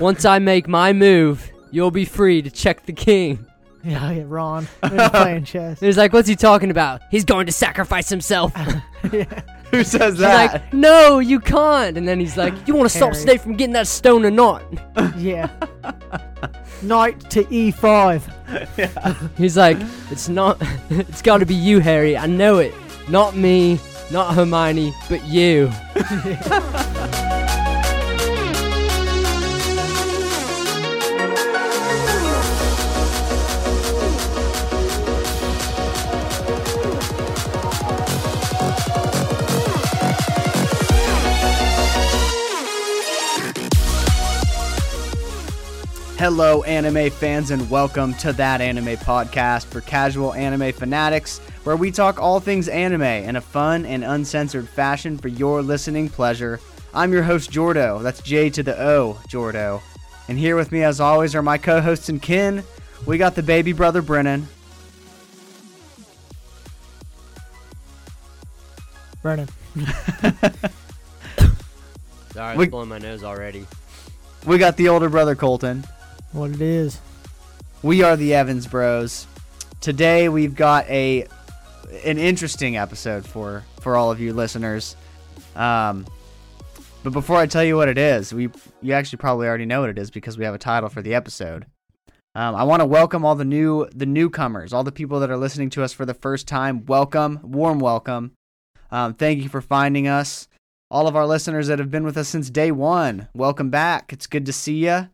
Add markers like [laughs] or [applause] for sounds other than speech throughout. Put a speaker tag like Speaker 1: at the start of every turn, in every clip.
Speaker 1: Once I make my move, you'll be free to check the king.
Speaker 2: Yeah, yeah,
Speaker 3: [laughs]
Speaker 2: Ron. They're playing chess.
Speaker 1: And he's like, what's he talking about? He's going to sacrifice himself.
Speaker 2: yeah.
Speaker 3: Who says
Speaker 1: She's
Speaker 3: that?
Speaker 1: like, no, you can't. And then he's like, you want to stop
Speaker 2: Harry.
Speaker 1: Snape from getting that stone or not?
Speaker 2: [laughs] yeah. Knight to E e5.
Speaker 1: He's like, it's not, [laughs] it's got to be you, Harry. I know it. Not me, not Hermione, but you.
Speaker 3: Hello, anime fans, and welcome to That Anime Podcast for casual anime fanatics, where we talk all things anime in a fun and uncensored fashion for your listening pleasure. I'm your host, Jordo. That's J to the O, Jordo. And here with me, as always, are my co hosts and kin. We got the baby brother, Brennan.
Speaker 2: Brennan.
Speaker 1: Sorry,
Speaker 3: I'm We-
Speaker 1: blowing my nose already.
Speaker 3: We got the older brother, Colton.
Speaker 2: What it is.
Speaker 3: We are the Evans Bros. Today we've got a an interesting episode for for all of you listeners. Um, but before I tell you what it is, we you actually probably already know what it is because we have a title for the episode. Um, I want to welcome all the new the newcomers, all the people that are listening to us for the first time. Welcome, warm welcome. Um, thank you for finding us. All of our listeners that have been with us since day one, welcome back. It's good to see you.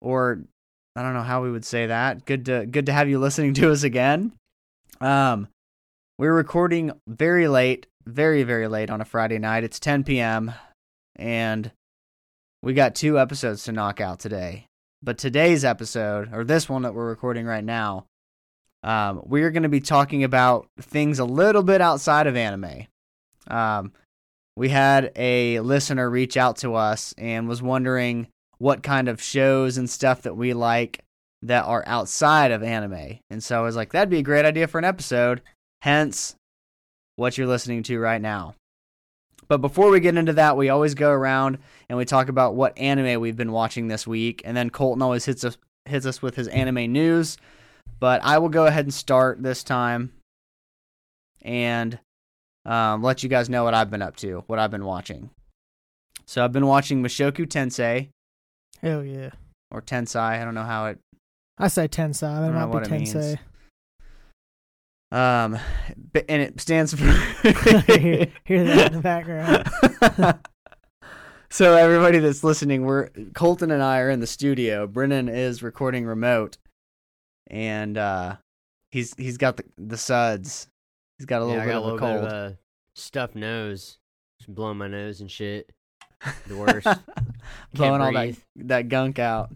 Speaker 3: Or I don't know how we would say that. Good to good to have you listening to us again. Um, we're recording very late, very very late on a Friday night. It's 10 p.m. and we got two episodes to knock out today. But today's episode, or this one that we're recording right now, um, we're going to be talking about things a little bit outside of anime. Um, we had a listener reach out to us and was wondering what kind of shows and stuff that we like that are outside of anime. And so I was like, that'd be a great idea for an episode. Hence, what you're listening to right now. But before we get into that, we always go around and we talk about what anime we've been watching this week, and then Colton always hits us hits us with his anime news. But I will go ahead and start this time, and um, let you guys know what I've been up to, what I've been watching. So I've been watching Mashoku Tensei,
Speaker 2: Hell yeah.
Speaker 3: or tensai. I don't know how it.
Speaker 2: I say tensei.
Speaker 3: I
Speaker 2: That
Speaker 3: don't
Speaker 2: might
Speaker 3: know
Speaker 2: be
Speaker 3: what it means.
Speaker 2: tensei.
Speaker 3: Um, b- and it stands for. [laughs]
Speaker 2: hear, [laughs] hear that in the background.
Speaker 3: so everybody that's listening, we're Colton and I are in the studio. Brennan is recording remote, and uh, he's he's got the the suds. He's got a little bit of a cold.
Speaker 1: a stuffed nose. Just blowing my nose and shit. The
Speaker 3: blowing all that
Speaker 1: breathe.
Speaker 3: that gunk out.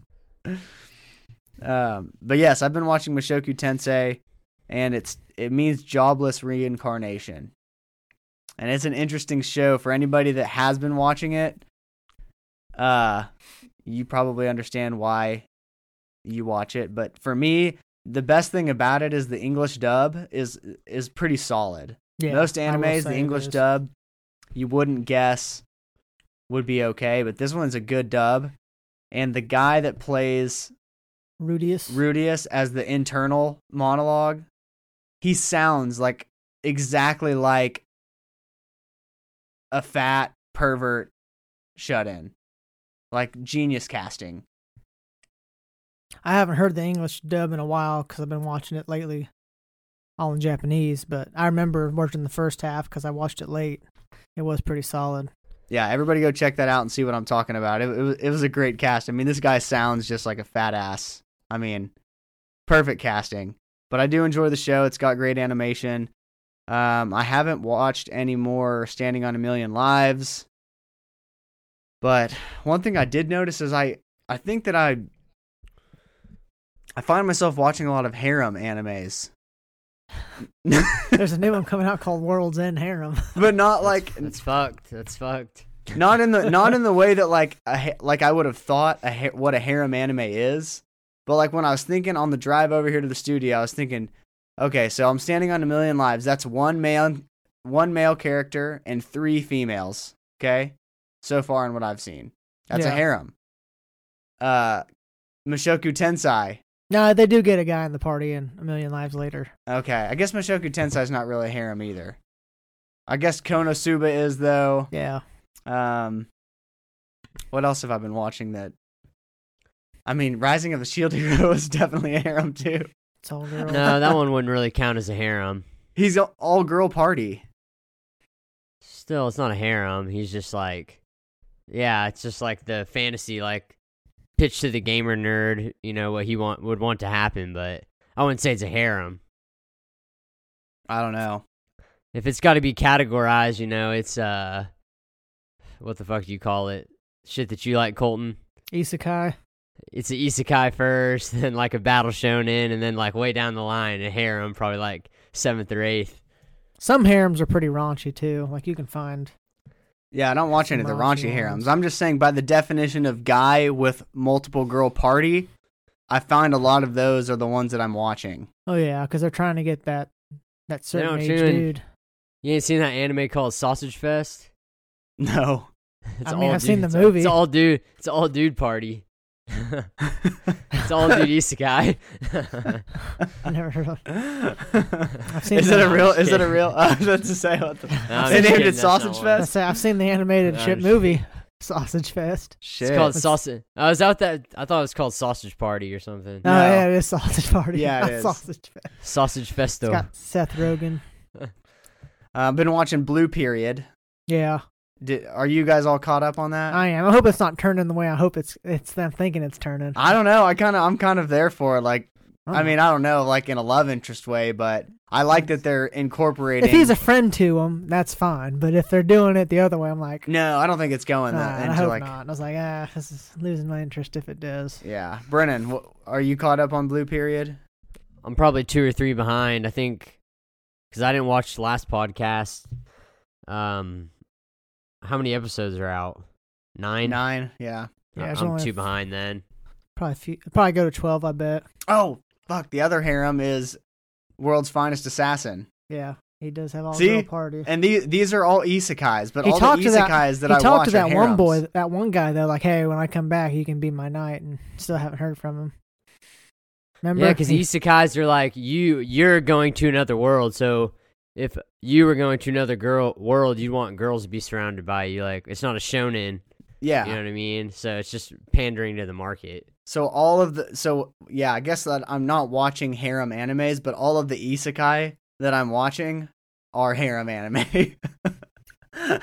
Speaker 3: Um, but yes, I've been watching Mashoku Tensei, and it's it means jobless reincarnation, and it's an interesting show for anybody that has been watching it. Uh, you probably understand why you watch it, but for me, the best thing about it is the English dub is is pretty solid.
Speaker 2: Yeah,
Speaker 3: Most
Speaker 2: I will
Speaker 3: animes,
Speaker 2: say
Speaker 3: the
Speaker 2: it
Speaker 3: English
Speaker 2: is.
Speaker 3: dub, you wouldn't guess would be okay, but this one's a good dub. And the guy that plays
Speaker 2: Rudius.
Speaker 3: Rudius as the internal monologue, he sounds like exactly like a fat pervert shut in. Like genius casting.
Speaker 2: I haven't heard the English dub in a while because I've been watching it lately, all in Japanese. But I remember watching the first half because I watched it late. It was pretty solid.
Speaker 3: Yeah, everybody go check that out and see what I'm talking about. It, it, was, it was a great cast. I mean, this guy sounds just like a fat ass. I mean, perfect casting. But I do enjoy the show. It's got great animation. Um, I haven't watched any more Standing on a Million Lives. But one thing I did notice is I, I think that I I find myself watching a lot of harem animes.
Speaker 2: There's a new one coming out called World's End Harem. [laughs]
Speaker 3: but not [laughs] like
Speaker 1: that's fucked. That's fucked.
Speaker 3: not in the not in the way that like a, ha- like I would have thought a ha- what a harem anime is, but like when I was thinking on the drive over here to the studio, I was thinking, okay, so I'm standing on a million lives. That's one male one male character and three females. Okay, so far in what I've seen, that's a
Speaker 2: Yeah.
Speaker 3: harem. uh, Mushoku Tensei.
Speaker 2: No, they do get a guy in the party in A Million Lives Later.
Speaker 3: Okay, I guess Mushoku Tensei's not really harem either. I guess Konosuba is though.
Speaker 2: Yeah.
Speaker 3: Um, what else have I been watching that? I mean, Rising of the Shield [laughs] Hero is definitely a harem too.
Speaker 2: It's all girl.
Speaker 1: No, that one wouldn't really count as a harem.
Speaker 3: He's an all girl party.
Speaker 1: Still, it's not a harem. He's just like, yeah, it's just like the fantasy, like pitch to the gamer nerd. You know what he want would want to happen, but I wouldn't say it's a harem.
Speaker 3: I don't know.
Speaker 1: If it's got to be categorized, you know, it's uh, what the fuck do you call it? Shit that you like, Colton.
Speaker 2: Isekai.
Speaker 1: It's an isekai first, [laughs] then like a battle shonen, and then like way down the line, a harem, probably like seventh or eighth.
Speaker 2: Some harems are pretty raunchy too. Like you can find.
Speaker 3: Yeah, I don't watch any of the
Speaker 2: Raunchy
Speaker 3: raunchy
Speaker 2: ones.
Speaker 3: harems. I'm just saying, by the definition of guy with multiple girl party, I find a lot of those are the ones that I'm watching. [laughs]
Speaker 2: Oh yeah, because they're trying to get that that certain
Speaker 1: don't
Speaker 2: age
Speaker 1: tune in.
Speaker 2: dude.
Speaker 1: You ain't seen that anime called Sausage Fest?
Speaker 3: No.
Speaker 1: It's
Speaker 2: I mean, I've seen the
Speaker 1: dudes.
Speaker 2: movie.
Speaker 1: It's all dude. It's all dude party. [laughs] it's all dude isekai.
Speaker 2: I never heard of.
Speaker 1: [laughs]
Speaker 3: I've
Speaker 2: seen
Speaker 3: [laughs] is
Speaker 2: that.
Speaker 3: it a real? Is it a
Speaker 1: Okay.
Speaker 3: real? [laughs] I was about to say what the.
Speaker 1: I'm
Speaker 3: They
Speaker 1: just
Speaker 3: named
Speaker 1: kidding,
Speaker 3: it
Speaker 1: that's not
Speaker 3: Sausage
Speaker 1: what-
Speaker 2: I
Speaker 3: Fest?
Speaker 2: say I've seen the animated
Speaker 1: No,
Speaker 2: shit
Speaker 1: just-
Speaker 2: movie, [laughs] Sausage Fest.
Speaker 1: It's
Speaker 3: Shit.
Speaker 1: called
Speaker 2: That's-
Speaker 1: sausage. I was out that. I thought it was called Sausage Party or something.
Speaker 2: No.
Speaker 3: No.
Speaker 2: yeah, it is Sausage Party.
Speaker 3: Yeah,
Speaker 2: [laughs]
Speaker 3: it
Speaker 2: not
Speaker 3: is.
Speaker 2: Sausage Fest.
Speaker 1: Sausage
Speaker 2: It's
Speaker 1: Festo.
Speaker 2: got Seth Rogen.
Speaker 3: Uh, I've been watching Blue Period.
Speaker 2: Yeah,
Speaker 3: Did, are you guys all caught up on that?
Speaker 2: I am. I hope it's not turning the way I hope it's. It's them thinking it's turning. Uh-uh.
Speaker 3: I don't know. I kind of I'm kind of there for it. Like
Speaker 2: don't
Speaker 3: I
Speaker 2: know.
Speaker 3: mean I don't know like in a love interest way, but I like that they're incorporating.
Speaker 2: if he's a friend to him, that's fine. But if they're doing it the other way, I'm like,
Speaker 3: no, I don't think it's going
Speaker 2: nah,
Speaker 3: that
Speaker 2: I
Speaker 3: into
Speaker 2: hope
Speaker 3: like
Speaker 2: not. And I was like, ah, this is losing my interest if it does.
Speaker 3: yeah. Brennan, wh- are you caught up on Blue Period?
Speaker 1: I'm probably two or three behind. I think because I didn't watch the last podcast. Um, how many episodes are out? Nine.
Speaker 3: Nine, yeah.
Speaker 2: Yeah,
Speaker 1: I-
Speaker 2: it's
Speaker 1: I'm
Speaker 2: only-
Speaker 1: two behind then.
Speaker 2: Probably few, probably go to twelve. I bet.
Speaker 3: Oh fuck, the other harem is World's Finest Assassin,
Speaker 2: Yeah, he does have all
Speaker 3: See?
Speaker 2: girl party.
Speaker 3: and these these are all isekais, but
Speaker 2: He
Speaker 3: all
Speaker 2: talked
Speaker 3: the
Speaker 2: to that-
Speaker 3: isekais that,
Speaker 2: he
Speaker 3: I
Speaker 2: talked
Speaker 3: watch
Speaker 2: to that one
Speaker 3: are harems.
Speaker 2: boy, that one guy though, like, hey, when I come back, you can be my knight, and still haven't heard from him. Remember?
Speaker 1: Yeah,
Speaker 2: [laughs]
Speaker 1: because isekais are like you. You're going to another world, so if you were going to another girl world, you'd want girls to be surrounded by you. Like it's not a shonen.
Speaker 3: Yeah.
Speaker 1: You know what I mean? So it's just pandering to the market.
Speaker 3: So all of the so yeah, I guess that I'm not watching harem animes, but all of the isekai that I'm watching are harem anime. [laughs]
Speaker 2: they're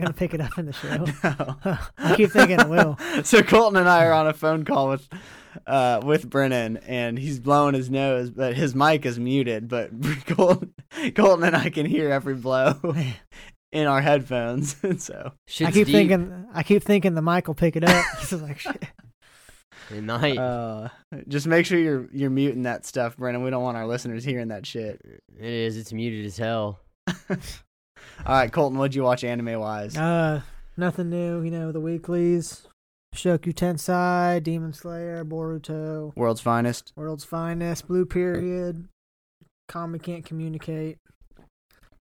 Speaker 2: gonna pick it up in the show.
Speaker 3: No.
Speaker 2: Oh. I keep thinking it will.
Speaker 3: [laughs] So Colton and I are on a phone call with uh with Brennan and he's blowing his nose, but his mic is muted, but [laughs] Colton, Colton and I can hear every blow [laughs] in our headphones. [laughs] And so
Speaker 1: Shit's
Speaker 2: I keep
Speaker 1: deep.
Speaker 2: thinking, I keep thinking the mic will pick it up.
Speaker 1: [laughs]
Speaker 2: This is like, shit.
Speaker 1: At night.
Speaker 3: uh just make sure you're you're muting that stuff, Brennan. We don't want our listeners hearing that shit.
Speaker 1: it is. It's muted as hell.
Speaker 3: [laughs] All right, Colton, what'd you watch anime wise?
Speaker 2: Uh, nothing new, you know. The weeklies, Shoku Tensei, Demon Slayer, Boruto,
Speaker 3: World's finest.
Speaker 2: World's Finest, Blue Period, Kami Can't Communicate.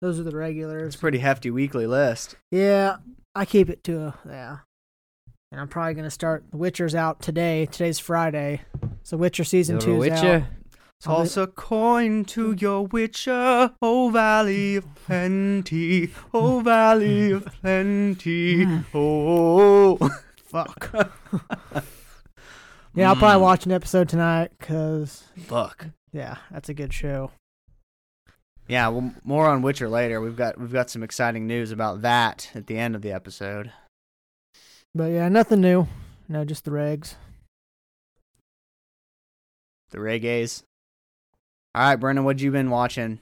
Speaker 2: Those are the
Speaker 3: It's
Speaker 2: regulars.
Speaker 3: a pretty hefty weekly list.
Speaker 2: Yeah, I keep it to a yeah. And I'm probably gonna start. The Witcher's out today. Today's Friday, so Witcher season
Speaker 1: Little
Speaker 2: two is out.
Speaker 1: Witcher.
Speaker 2: I'll be-
Speaker 3: a coin to your witcher, O Valley of Plenty, O Valley
Speaker 2: Hmm.
Speaker 3: of Plenty, oh. [laughs]
Speaker 2: Fuck. [laughs] yeah, I'll
Speaker 1: Hmm.
Speaker 2: probably
Speaker 3: Mm.
Speaker 2: watch an episode tonight because
Speaker 3: Fuck.
Speaker 2: yeah, that's a good show.
Speaker 3: Yeah, well, more on Witcher later. We've got we've got some exciting news about that at the end of the episode.
Speaker 2: But yeah, nothing new. No, just the regs.
Speaker 3: The reggae's. All right, Brendan, what you been watching?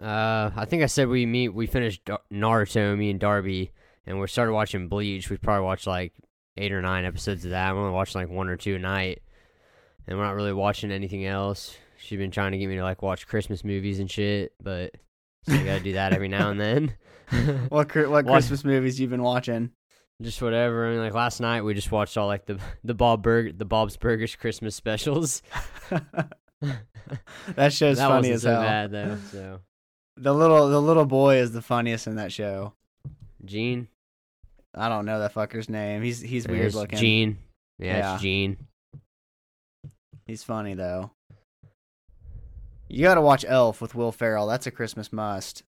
Speaker 1: Uh, I think I said we meet. We finished Dar- Naruto, me and Darby, and we started watching Bleach. We probably watched like eight or nine episodes of that. I'm only watching like one or two a night, and we're not really watching anything else. She's been trying to get me to like watch Christmas movies and shit, but so I gotta do that every now and [laughs] then.
Speaker 3: What cr- what
Speaker 1: Watch-
Speaker 3: Christmas movies you been watching?
Speaker 1: just whatever. I mean, like last night we just watched all like the the Bob Burger, the Bob's Burgers Christmas specials. [laughs]
Speaker 3: [laughs] that show's
Speaker 1: that
Speaker 3: funny
Speaker 1: wasn't
Speaker 3: as
Speaker 1: so
Speaker 3: hell.
Speaker 1: bad though. So
Speaker 3: The little the little boy is the funniest in that show.
Speaker 1: Gene,
Speaker 3: I don't know that fucker's name. He's he's
Speaker 1: There's
Speaker 3: weird looking.
Speaker 1: Gene. Yeah,
Speaker 3: Yeah.
Speaker 1: it's Gene.
Speaker 3: He's funny though. You gotta watch Elf with Will Ferrell. That's a Christmas must.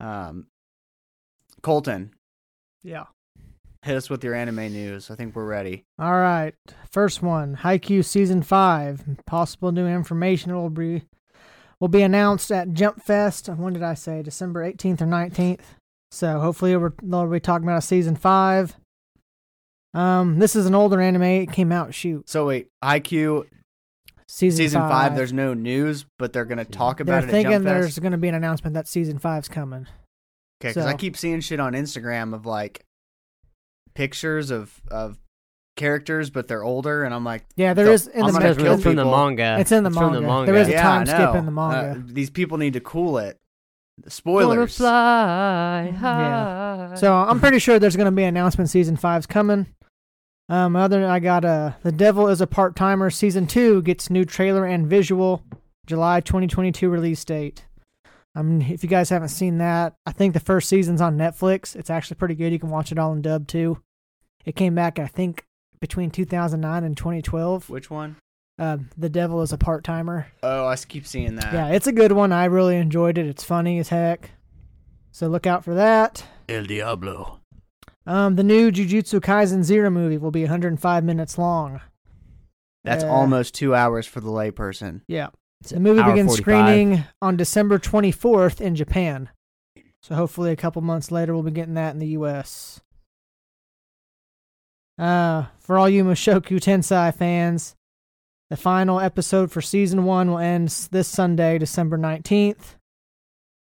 Speaker 3: Um, Colton,
Speaker 2: Yeah.
Speaker 3: hit us with your anime news. I think we're ready.
Speaker 2: All right. First one, Haikyuu season 5. Possible new information will be will be announced at Jump Fest. When did I say December 18th or 19th? So hopefully we're, they'll be talking about season 5. Um this is an older anime. It came out shoot
Speaker 3: So wait, IQ
Speaker 2: season,
Speaker 3: season five.
Speaker 2: 5.
Speaker 3: there's no news, but they're gonna talk
Speaker 2: they're
Speaker 3: about it.
Speaker 2: thinking
Speaker 3: at Jump
Speaker 2: there's
Speaker 3: Fest.
Speaker 2: going to be an announcement that season 5's coming.
Speaker 3: Okay, because I
Speaker 2: so-
Speaker 3: keep seeing shit on Instagram of like pictures of of characters, but there are older, and I'm like,
Speaker 2: Yeah, there
Speaker 3: So,
Speaker 2: is in the
Speaker 3: I'm gonna
Speaker 1: Because
Speaker 2: manga.
Speaker 1: we're
Speaker 3: kill
Speaker 1: from the
Speaker 3: people.
Speaker 1: manga.
Speaker 2: It's in the
Speaker 1: from
Speaker 2: manga. There is a
Speaker 3: yeah,
Speaker 2: time
Speaker 3: I
Speaker 2: skip
Speaker 3: know.
Speaker 2: in the manga.
Speaker 3: Uh, these people need to cool it.
Speaker 1: Wanna
Speaker 3: Spoilers.
Speaker 1: fly
Speaker 2: Yeah.
Speaker 1: high.
Speaker 2: So I'm pretty sure there's going to be an announcement. Season five's coming. Um, other than I got uh, the Devil is a Part Timer season two gets new trailer and visual, July 2022 release date. I mean, if you guys haven't seen that, I think the first season's on Netflix. It's actually pretty good. You can watch it all in dub too. It came back, I think, between 2009 and 2012.
Speaker 3: Which one?
Speaker 2: Uh, the Devil is a Part Timer.
Speaker 3: Oh, I s- keep seeing that.
Speaker 2: Yeah, it's a good one. I really enjoyed it. It's funny as heck. So look out for that.
Speaker 3: El Diablo.
Speaker 2: Um, the new Jujutsu Kaisen Zero movie will be 105 minutes long.
Speaker 3: That's
Speaker 2: Uh,
Speaker 3: almost two hours for the layperson.
Speaker 2: Yeah.
Speaker 1: It's
Speaker 2: The movie
Speaker 1: hour
Speaker 2: begins
Speaker 1: 45.
Speaker 2: screening on December 24th in Japan. So hopefully a couple months later we'll be getting that in the US. Uh, for all you Mushoku Tensei fans, the final episode for season 1 will end s- this Sunday, December 19th.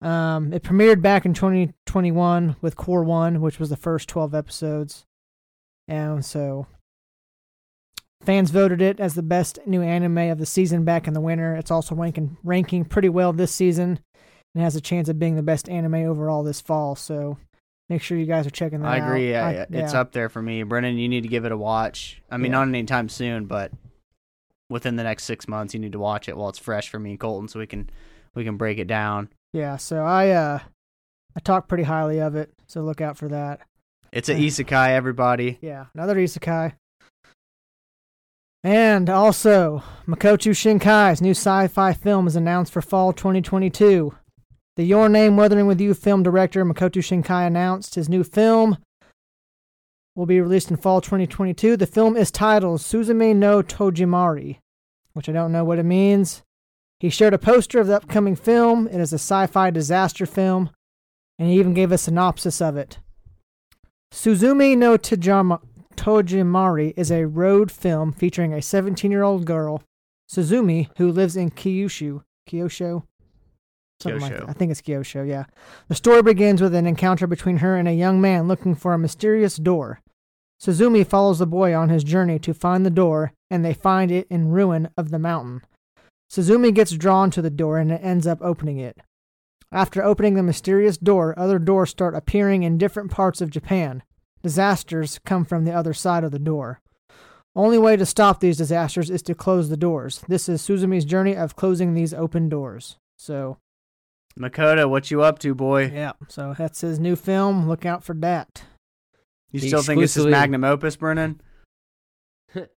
Speaker 2: Um, it premiered back in 2021 with Core 1, which was the first 12 episodes. And so Fans voted it as the best new anime of the season back in the winter. It's also ranking ranking pretty well this season and has a chance of being the best anime overall this fall. So make sure you guys are checking that
Speaker 3: I
Speaker 2: out.
Speaker 3: agree. I, It's
Speaker 2: yeah.
Speaker 3: up there for me. Brennan, you need to give it a watch. I mean,
Speaker 2: Yeah.
Speaker 3: not anytime soon, but within the next six months, you need to watch it while it's fresh for me and Colton, so we can we can break it down.
Speaker 2: Yeah, so I uh I talk pretty highly of it, so look out for that.
Speaker 3: It's a
Speaker 2: Yeah.
Speaker 3: isekai, everybody.
Speaker 2: Yeah, another isekai. And also, Makoto Shinkai's new sci-fi film is announced for fall 2022. The Your Name Weathering With You film director Makoto Shinkai announced his new film will be released in fall 2022. The film is titled Suzume no Tojimari, which I don't know what it means. He shared a poster of the upcoming film. It is a sci-fi disaster film, and he even gave a synopsis of it. Suzumi no Tojima- Tojimari is a road film featuring a 17 year old girl, Suzumi, who lives in Kyushu. Kyosho? Something like
Speaker 3: Kyosho.
Speaker 2: that. I think it's Kyosho, yeah. The story begins with an encounter between her and a young man looking for a mysterious door. Suzumi follows the boy on his journey to find the door, and they find it in ruin of the mountain. Suzumi gets drawn to the door and ends up opening it. After opening the mysterious door, other doors start appearing in different parts of Japan. Disasters come from the other side of the door. Only way to stop these disasters is to close the doors. This is Suzumi's journey of closing these open doors. So,
Speaker 3: Makoto, what you up to, boy?
Speaker 2: yeah, [laughs] so that's his new film. Look out for that.
Speaker 3: You still think this is
Speaker 1: Exclusively-
Speaker 3: magnum opus,
Speaker 2: [laughs]
Speaker 3: Brennan?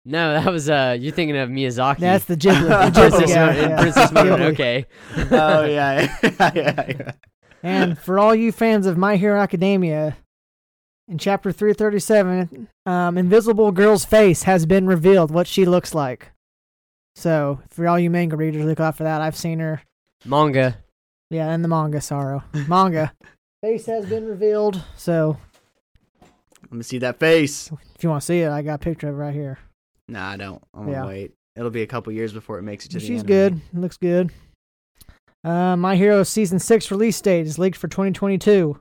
Speaker 1: no, that was uh, you're thinking of Miyazaki. [laughs]
Speaker 2: That's the Ghibli. [laughs]
Speaker 3: Oh,
Speaker 2: The Ghibli
Speaker 1: Princess,
Speaker 2: guy,
Speaker 1: Mo- and
Speaker 2: yeah. [laughs]
Speaker 1: Princess Mononoke.
Speaker 2: Ghibli.
Speaker 1: Okay.
Speaker 3: oh yeah, yeah, yeah, yeah.
Speaker 2: And for all you fans of My Hero Academia, in chapter 337, um, Invisible Girl's face has been revealed, what she looks like. So, for all you manga readers, look out for that. I've seen her.
Speaker 1: [laughs] Manga.
Speaker 2: Yeah, in the manga, Sorrow.
Speaker 1: [laughs]
Speaker 2: Manga. face has been revealed. So,
Speaker 3: Let me see
Speaker 2: [laughs]
Speaker 3: that face.
Speaker 2: if you want to see it, I got a picture of it right here.
Speaker 3: Nah, I don't. I'm gonna
Speaker 2: Yeah.
Speaker 3: wait. It'll be a couple years before it makes it to the.
Speaker 2: She's
Speaker 3: anime.
Speaker 2: good. Looks good. Uh, My Hero season six release date is leaked for 2022,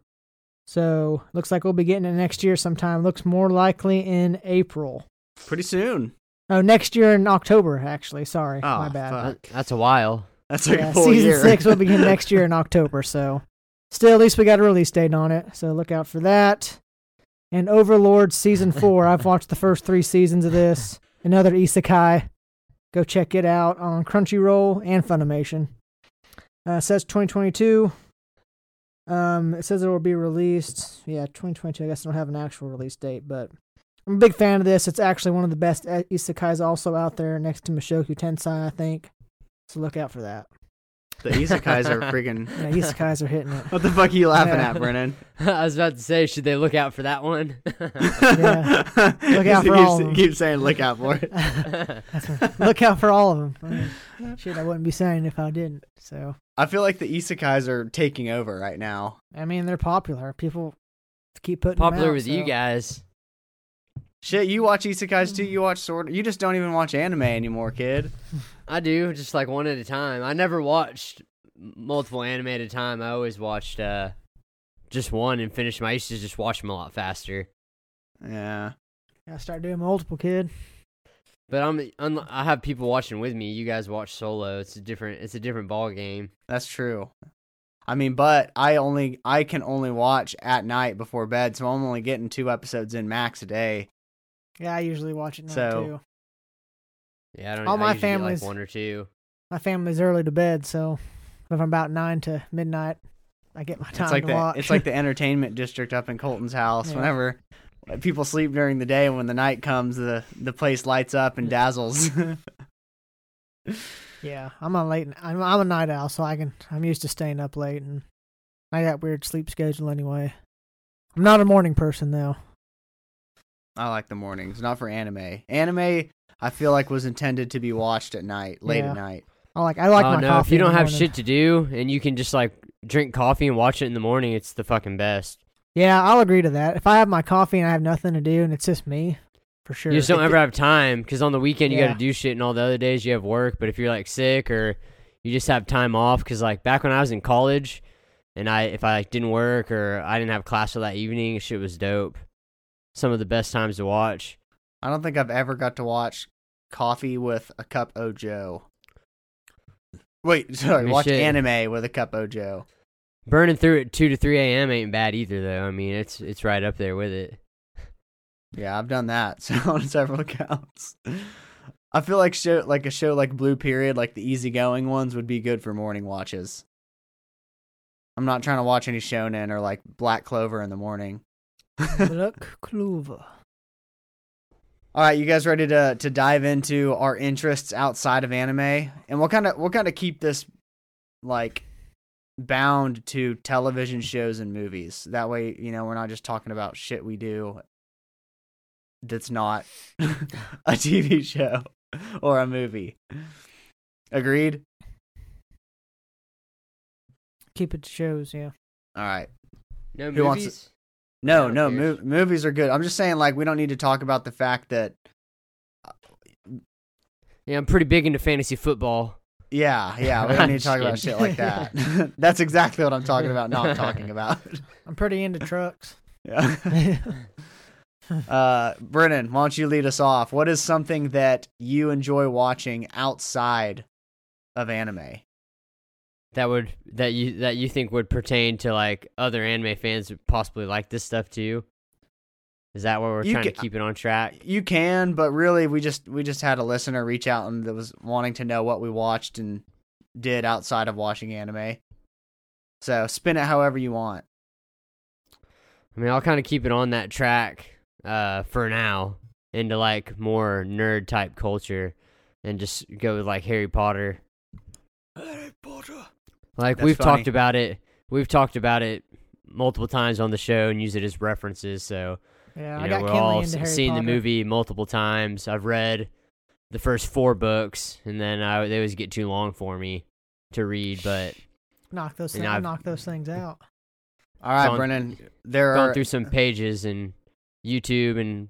Speaker 2: so looks like we'll be getting it next year sometime. Looks more likely in April.
Speaker 3: Pretty soon.
Speaker 2: Oh, next year in October, actually. Sorry,
Speaker 3: Oh,
Speaker 2: my bad.
Speaker 1: That- that's a while.
Speaker 3: That's like
Speaker 2: Yeah,
Speaker 3: a full
Speaker 2: season
Speaker 3: year.
Speaker 2: six will begin next year in October. So, still, at least we got a release date on it. So look out for that. And Overlord season four.
Speaker 3: [laughs]
Speaker 2: I've watched the first three seasons of this. Another isekai. Go check it out on Crunchyroll and Funimation. Uh, it says 2022. Um, it says it will be released, yeah, 2022. I guess I don't have an actual release date, but I'm a big fan of this. It's actually one of the best e- isekais also out there, next to Mashoku Tensei, I think. So look out for that.
Speaker 3: [laughs] The isekais are freaking.
Speaker 2: [laughs] Yeah, isekais are hitting it.
Speaker 3: What the fuck are you laughing
Speaker 2: Yeah.
Speaker 3: at, Brennan?
Speaker 1: [laughs] I was about to say, should they look out for that one?
Speaker 2: [laughs]
Speaker 1: [laughs]
Speaker 2: Yeah.
Speaker 3: [laughs]
Speaker 2: Look out for
Speaker 3: keep,
Speaker 2: all of them.
Speaker 3: keep saying look out for
Speaker 2: [laughs]
Speaker 3: it.
Speaker 2: look out for all of them.
Speaker 3: [laughs]
Speaker 1: [laughs]
Speaker 2: I mean, shit, I wouldn't be saying if I didn't. So
Speaker 3: I feel like the isekais are taking over right now.
Speaker 2: I mean, they're popular. People keep putting them
Speaker 1: Popular
Speaker 2: out,
Speaker 1: with
Speaker 2: so.
Speaker 1: you guys.
Speaker 3: Shit, you watch isekais too. You watch sword. You just don't even watch anime
Speaker 2: [laughs]
Speaker 3: anymore, kid.
Speaker 1: I do, just like one at a time. I never watched m- multiple anime at a time. I always watched uh, just one and finished them. I used to just watch them a lot faster.
Speaker 3: Yeah.
Speaker 2: Gotta start doing multiple, kid.
Speaker 1: But I'm, un- I have people watching with me. You guys watch solo. It's a different. It's a different ball game.
Speaker 3: That's true. I mean, but I only I can only watch at night before bed, so I'm only getting two episodes in max a day.
Speaker 2: Yeah, I usually watch it now
Speaker 3: So-
Speaker 2: too.
Speaker 1: Yeah, I don't.
Speaker 2: All
Speaker 1: I
Speaker 2: my
Speaker 1: usually get,
Speaker 2: families-
Speaker 1: like one or two.
Speaker 2: My family's early to bed, so from about nine to midnight, I get my time
Speaker 3: it's like
Speaker 2: to
Speaker 3: the
Speaker 2: watch.
Speaker 3: it's like [laughs] the entertainment district up in Colton's house.
Speaker 2: Yeah.
Speaker 3: Whenever people sleep during the day, when the night comes, the the place lights up and dazzles.
Speaker 2: [laughs]
Speaker 3: [laughs]
Speaker 2: yeah, I'm a late. I'm, I'm a night owl, so I can. I'm used to staying up late, and I got weird sleep schedule anyway. I'm not a morning person though.
Speaker 3: I like the mornings, not for anime. Anime, I feel like was intended to be watched at night, late
Speaker 2: Yeah.
Speaker 3: at night.
Speaker 2: I like. I like
Speaker 1: oh
Speaker 2: my
Speaker 1: no!
Speaker 2: coffee.
Speaker 1: if you
Speaker 2: in the
Speaker 1: don't have
Speaker 2: morning.
Speaker 1: shit to do and you can just like drink coffee and watch it in the morning, it's the fucking best.
Speaker 2: Yeah, I'll agree to that. If I have my coffee and I have nothing to do and it's just me, for sure.
Speaker 1: You just don't ever have time because on the weekend you
Speaker 2: Yeah.
Speaker 1: got to do shit, and all the other days you have work. But if you're like sick or you just have time off, because like back when I was in college, and I if I like, didn't work or I didn't have class till that evening, shit was dope. Some of the best times to watch.
Speaker 3: I don't think I've ever got to watch Coffee with a Cup o' Joe. Wait, [laughs] sorry,
Speaker 1: Me
Speaker 3: watch
Speaker 1: shit.
Speaker 3: anime with a Cup o' Joe.
Speaker 1: Burning through at two to three a.m. ain't bad either, though. I mean, it's it's right up there with it.
Speaker 3: Yeah, I've done that [laughs] so on several accounts. I feel like show like a show like Blue Period, like the easygoing ones, would be good for morning watches. I'm not trying to watch any shonen or like Black Clover in the morning. [laughs]
Speaker 2: [laughs] Look, Clover.
Speaker 3: All right, you guys ready to to dive into our interests outside of anime? And we'll kind of we'll kind of keep this like bound to television shows and movies. That way, you know, we're not just talking about shit we do that's not [laughs] a TV show or a movie. Agreed?
Speaker 2: Keep it to shows, yeah.
Speaker 3: All right.
Speaker 1: No
Speaker 3: Who
Speaker 1: movies.
Speaker 3: wants No,
Speaker 1: Yeah,
Speaker 3: no,
Speaker 1: who
Speaker 3: mov-
Speaker 1: cares?
Speaker 3: movies are good. I'm just saying like we don't need to talk about the fact that
Speaker 1: Yeah, I'm pretty big into fantasy football.
Speaker 3: Yeah, yeah. We
Speaker 1: [laughs]
Speaker 3: don't need to
Speaker 1: Just
Speaker 3: talk about shit
Speaker 1: kidding.
Speaker 3: like that. [laughs] That's exactly what I'm talking
Speaker 1: [laughs]
Speaker 3: about, not talking about.
Speaker 2: I'm pretty into trucks.
Speaker 3: Yeah. [laughs]
Speaker 2: I
Speaker 3: Uh, Brennan, why don't you lead us off? What is something that you enjoy watching outside of anime?
Speaker 1: that would that you that you think would pertain to like other anime fans who possibly like this stuff too? Is that where we're
Speaker 3: You uh
Speaker 1: trying
Speaker 3: ca-
Speaker 1: to keep it on track?
Speaker 3: You can, but really, we just we just had a listener reach out and that was wanting to know what we watched and did outside of watching anime. So spin it however you want.
Speaker 1: I mean, I'll kind of keep it on that track uh, for now into like more nerd type culture and just go with like Harry Potter. Like
Speaker 3: That's
Speaker 1: we've
Speaker 3: funny.
Speaker 1: talked about it, we've talked about it multiple times on the show and use it as references. So
Speaker 2: Yeah,
Speaker 1: You
Speaker 2: I
Speaker 1: know,
Speaker 2: got
Speaker 1: we're
Speaker 2: Kinley
Speaker 1: all
Speaker 2: into
Speaker 1: s-
Speaker 2: Harry
Speaker 1: seen
Speaker 2: Potter.
Speaker 1: the movie multiple times. I've read the first four books, and then I, they always get too long for me to read. But
Speaker 2: Knock those
Speaker 1: and
Speaker 2: things,
Speaker 1: I've-
Speaker 2: knock those
Speaker 1: [laughs]
Speaker 2: things out.
Speaker 3: All right,
Speaker 1: Gone-
Speaker 3: Brennan. There
Speaker 1: gone
Speaker 3: are
Speaker 1: through some pages and YouTube and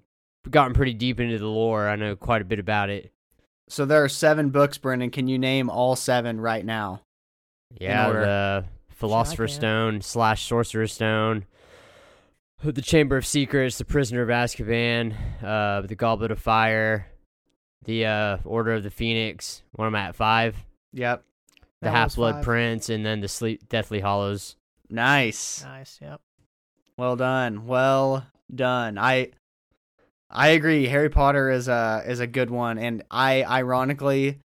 Speaker 1: gotten pretty deep into the lore. I know quite a bit about it.
Speaker 3: so there are seven books, Brennan. Can you name all seven right now?
Speaker 1: Yeah,
Speaker 3: order.
Speaker 1: the Philosopher's
Speaker 2: can.
Speaker 1: Stone slash Sorcerer's Stone, the Chamber of Secrets, the Prisoner of Azkaban, uh, the Goblet of Fire, the uh, Order of the Phoenix. What am I at five?
Speaker 3: Yep.
Speaker 1: the
Speaker 2: That was
Speaker 1: Half Blood
Speaker 2: five.
Speaker 1: Prince, and then the Sleep Deathly Hollows.
Speaker 3: Nice.
Speaker 2: Nice, yep.
Speaker 3: Well done. Well done. I I agree. Harry Potter is a is a good one and I ironically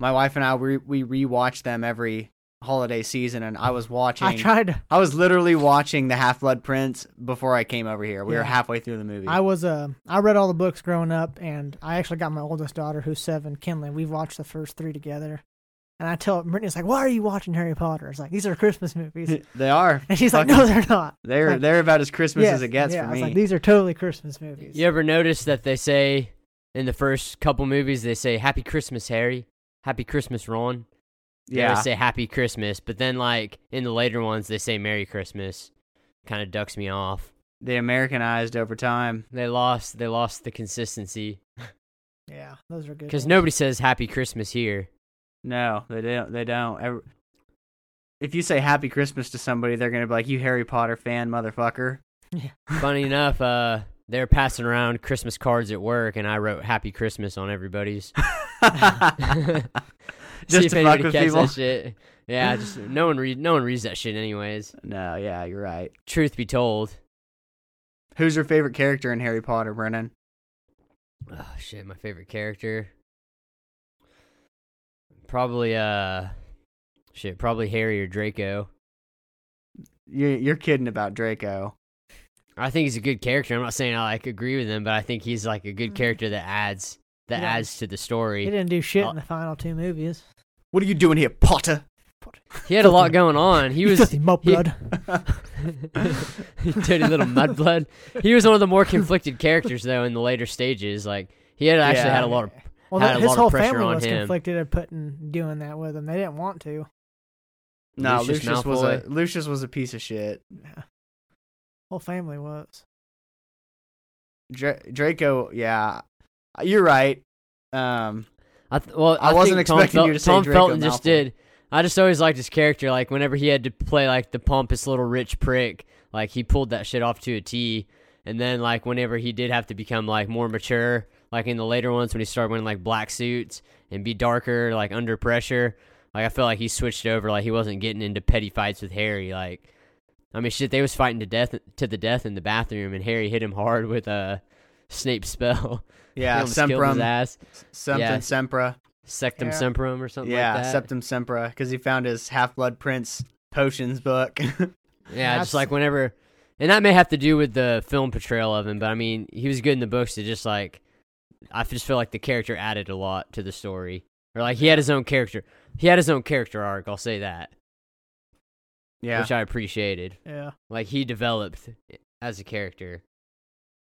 Speaker 3: my wife and I we we rewatch them every holiday season, and I was watching.
Speaker 2: I tried.
Speaker 3: I was literally watching the Half Blood Prince before I came over here. We were
Speaker 2: Yeah.
Speaker 3: halfway through the [laughs] movie.
Speaker 2: I was uh, I read all the books growing up, and I actually got my oldest daughter, who's seven, Kinley. We've watched the first three together, and I tell Brittany's like, "Why are you watching Harry Potter?" It's like these are
Speaker 1: [laughs]
Speaker 2: Christmas movies,
Speaker 3: they are.
Speaker 2: and she's like,
Speaker 3: Fucking-
Speaker 2: "No, they're not."
Speaker 3: they're
Speaker 2: like-
Speaker 3: they're about as Christmas
Speaker 2: Yes,
Speaker 3: as it gets
Speaker 2: yeah,
Speaker 3: for
Speaker 2: I was
Speaker 3: me.
Speaker 2: like, these are totally Christmas movies.
Speaker 1: You ever notice that they say in the first couple movies they say "Happy Christmas, Harry," "Happy Christmas, Ron." They
Speaker 3: yeah,
Speaker 1: always say "Happy Christmas," but then like in the later ones they say "Merry Christmas." Kind of ducks me off.
Speaker 3: they Americanized over time.
Speaker 1: They lost. They lost the consistency
Speaker 2: Yeah, those are good.
Speaker 1: because
Speaker 2: ones.
Speaker 1: nobody says "Happy Christmas" here.
Speaker 3: No, they don't. They don't. Ev- If you say Happy Christmas to somebody, they're gonna be like, "You Harry Potter fan, motherfucker."
Speaker 1: [laughs] Funny enough, uh, they're passing around Christmas cards at work, and I wrote "Happy Christmas" on everybody's.
Speaker 3: [laughs] Just
Speaker 1: See if
Speaker 3: to fuck
Speaker 1: anybody
Speaker 3: with
Speaker 1: catches
Speaker 3: people.
Speaker 1: that shit. Yeah, just no one read. No one reads that shit, anyways.
Speaker 3: No, yeah, you're right.
Speaker 1: Truth be told,
Speaker 3: Who's your favorite character in Harry Potter, Brennan?
Speaker 1: oh shit, my favorite character, probably uh, shit, probably Harry or Draco.
Speaker 3: You, you're kidding about Draco.
Speaker 1: I think he's a good character. I'm not saying I like agree with him, but I think he's like a
Speaker 3: Mm.
Speaker 1: good character that adds that
Speaker 2: Yeah.
Speaker 1: adds to the
Speaker 2: He
Speaker 1: story.
Speaker 2: didn't do shit
Speaker 1: I'll-
Speaker 2: in the final two movies.
Speaker 3: What are you doing here, Potter?
Speaker 1: He had a
Speaker 3: [laughs]
Speaker 1: lot going on. He
Speaker 2: You [laughs]
Speaker 1: was [laughs]
Speaker 2: filthy mop
Speaker 1: he-
Speaker 2: blood.
Speaker 1: dirty little mudblood. He was one of the more conflicted characters though in the later stages. Like he had actually
Speaker 3: Yeah.
Speaker 1: had a lot of
Speaker 2: Well,
Speaker 1: had a
Speaker 2: his
Speaker 1: lot of
Speaker 2: whole
Speaker 1: pressure
Speaker 2: family
Speaker 1: on
Speaker 2: was
Speaker 1: him.
Speaker 2: conflicted at putting doing that with him. They didn't want to.
Speaker 3: No,
Speaker 1: Lucius
Speaker 3: Lucius, was a
Speaker 1: Malfoy.
Speaker 3: Lucius was a piece of shit.
Speaker 2: Yeah. Whole family was.
Speaker 3: Dra- Draco, yeah, you're right. Um,
Speaker 1: I th- well,
Speaker 3: I
Speaker 1: I,
Speaker 3: wasn't
Speaker 1: think Tom
Speaker 3: expecting
Speaker 1: Fel-
Speaker 3: you to say
Speaker 1: Tom
Speaker 3: Draco
Speaker 1: Felton just
Speaker 3: Malfoy.
Speaker 1: did. I just always liked his character. Like whenever he had to play like the pompous little rich prick, like he pulled that shit off to a T. And then like whenever he did have to become like more mature, like in the later ones when he started wearing like black suits and be darker, like under pressure, like I felt like he switched over. Like he wasn't getting into petty fights with Harry. Like I mean, shit, they was fighting to death to the death in the bathroom, and Harry hit him hard with a Snape spell. [laughs] He
Speaker 3: yeah,
Speaker 1: almost killed his
Speaker 3: Semprum,
Speaker 1: ass.
Speaker 3: something
Speaker 1: yeah.
Speaker 3: Sempra,
Speaker 1: Sectum
Speaker 2: Yeah.
Speaker 1: Semperum or something
Speaker 3: yeah,
Speaker 1: like that.
Speaker 3: Septum Sempra, because he found his Half Blood Prince potions book. [laughs]
Speaker 1: yeah,
Speaker 2: That's-
Speaker 1: just like whenever. And that may have to do with the film portrayal of him, but I mean, he was good in the books to just like. I just feel like the character added a lot to the story. Or like he had his own character. He had his own character arc, I'll say that,
Speaker 3: yeah,
Speaker 1: which I appreciated.
Speaker 2: Yeah.
Speaker 1: Like he developed as a character.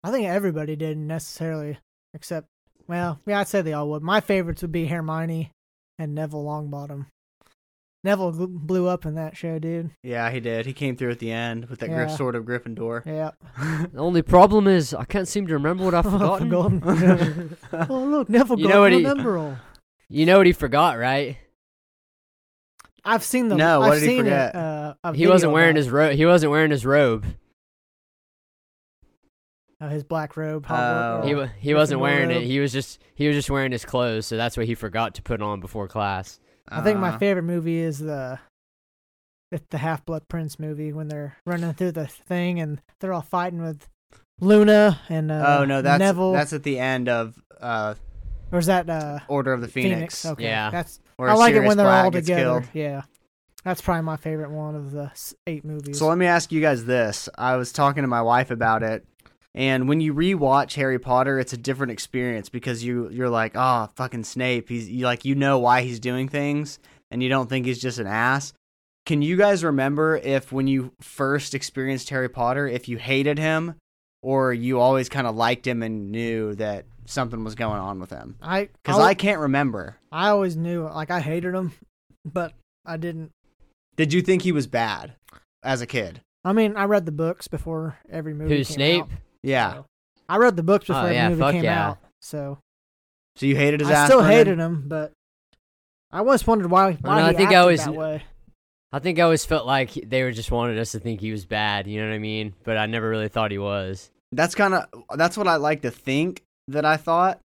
Speaker 2: I think everybody didn't necessarily, except well, yeah, I'd say they all would. My favorites would be Hermione and Neville Longbottom. Neville gl- blew up in that show, dude.
Speaker 3: yeah, he did. He came through at the end with that grip
Speaker 2: Yeah.
Speaker 3: sword of Gryffindor.
Speaker 2: Yeah.
Speaker 1: The only problem is I can't seem to remember
Speaker 2: [laughs]
Speaker 1: what [laughs] I've
Speaker 2: Oh,
Speaker 1: forgotten. [laughs]
Speaker 2: Golden- oh look, Neville
Speaker 1: You
Speaker 2: you
Speaker 1: know what
Speaker 2: got
Speaker 1: he-
Speaker 2: Rememberall.
Speaker 1: You know what he forgot, right?
Speaker 2: I've seen the.
Speaker 3: No,
Speaker 2: I've
Speaker 3: what did he
Speaker 2: seen
Speaker 3: forget?
Speaker 2: It, uh, a
Speaker 1: He wasn't
Speaker 2: video
Speaker 1: wearing
Speaker 2: about-
Speaker 1: his robe. He wasn't wearing his robe.
Speaker 2: uh, his black robe.
Speaker 3: Oh.
Speaker 2: Hogwarts.
Speaker 1: He wa- he wasn't
Speaker 2: Gryffindor
Speaker 1: wearing it.
Speaker 2: robe.
Speaker 1: He was just he was just wearing his clothes, so that's what he forgot to put on before class.
Speaker 2: [laughs] I think my
Speaker 3: [laughs] Uh,
Speaker 2: favorite movie is the it's the Half Blood Prince movie when they're running through the thing and they're all fighting with Luna and uh,
Speaker 3: oh no, that's
Speaker 2: Neville.
Speaker 3: that's at the end of uh,
Speaker 2: or is that uh,
Speaker 3: Order of the Phoenix.
Speaker 2: Phoenix? Okay,
Speaker 1: Yeah.
Speaker 2: that's
Speaker 3: where
Speaker 2: I like it
Speaker 3: Sirius
Speaker 2: when they're
Speaker 3: Black
Speaker 2: all
Speaker 3: gets
Speaker 2: together.
Speaker 3: killed.
Speaker 2: Yeah, that's probably my favorite one of the s- eight movies.
Speaker 3: So let me ask you guys this. I was talking to my wife about it, and when you rewatch Harry Potter, it's a different experience because you you're like, oh, fucking Snape. He's you like you know why he's doing things, and you don't think he's just an ass. Can you guys remember if when you first experienced Harry Potter, if you hated him, or you always kind of liked him and knew that something was going on with him?
Speaker 2: I
Speaker 3: Because I can't remember.
Speaker 2: I always knew like I hated him, but I didn't.
Speaker 3: Did you think he was bad as a kid?
Speaker 2: I mean, I read the books before every movie.
Speaker 1: Who's
Speaker 2: came
Speaker 1: Snape?
Speaker 2: out,
Speaker 3: Yeah.
Speaker 2: so- I read the books
Speaker 1: Oh,
Speaker 2: before every
Speaker 1: yeah,
Speaker 2: movie
Speaker 1: fuck
Speaker 2: came
Speaker 1: yeah.
Speaker 2: out, so
Speaker 3: So you hated his
Speaker 2: I
Speaker 3: ass.
Speaker 2: still
Speaker 3: Brendan?
Speaker 2: hated him, but I once wondered why. why
Speaker 1: no,
Speaker 2: he
Speaker 1: I think I
Speaker 2: acted
Speaker 1: always-
Speaker 2: that way.
Speaker 1: I think I always felt like they were just wanted us to think he was bad. You know what I mean? But I never really thought he was.
Speaker 3: That's kind of that's what I like to think that I thought,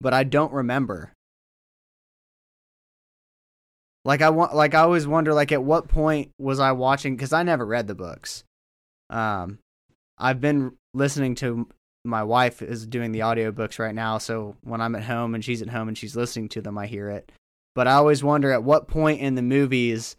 Speaker 3: but I don't remember. Like I want, like I always wonder, like at what point was I watching? Because I never read the books. Um, I've been listening to my wife is doing the audiobooks right now, so when I'm at home and she's at home and she's listening to them, I hear it. But I always wonder at what point in the movies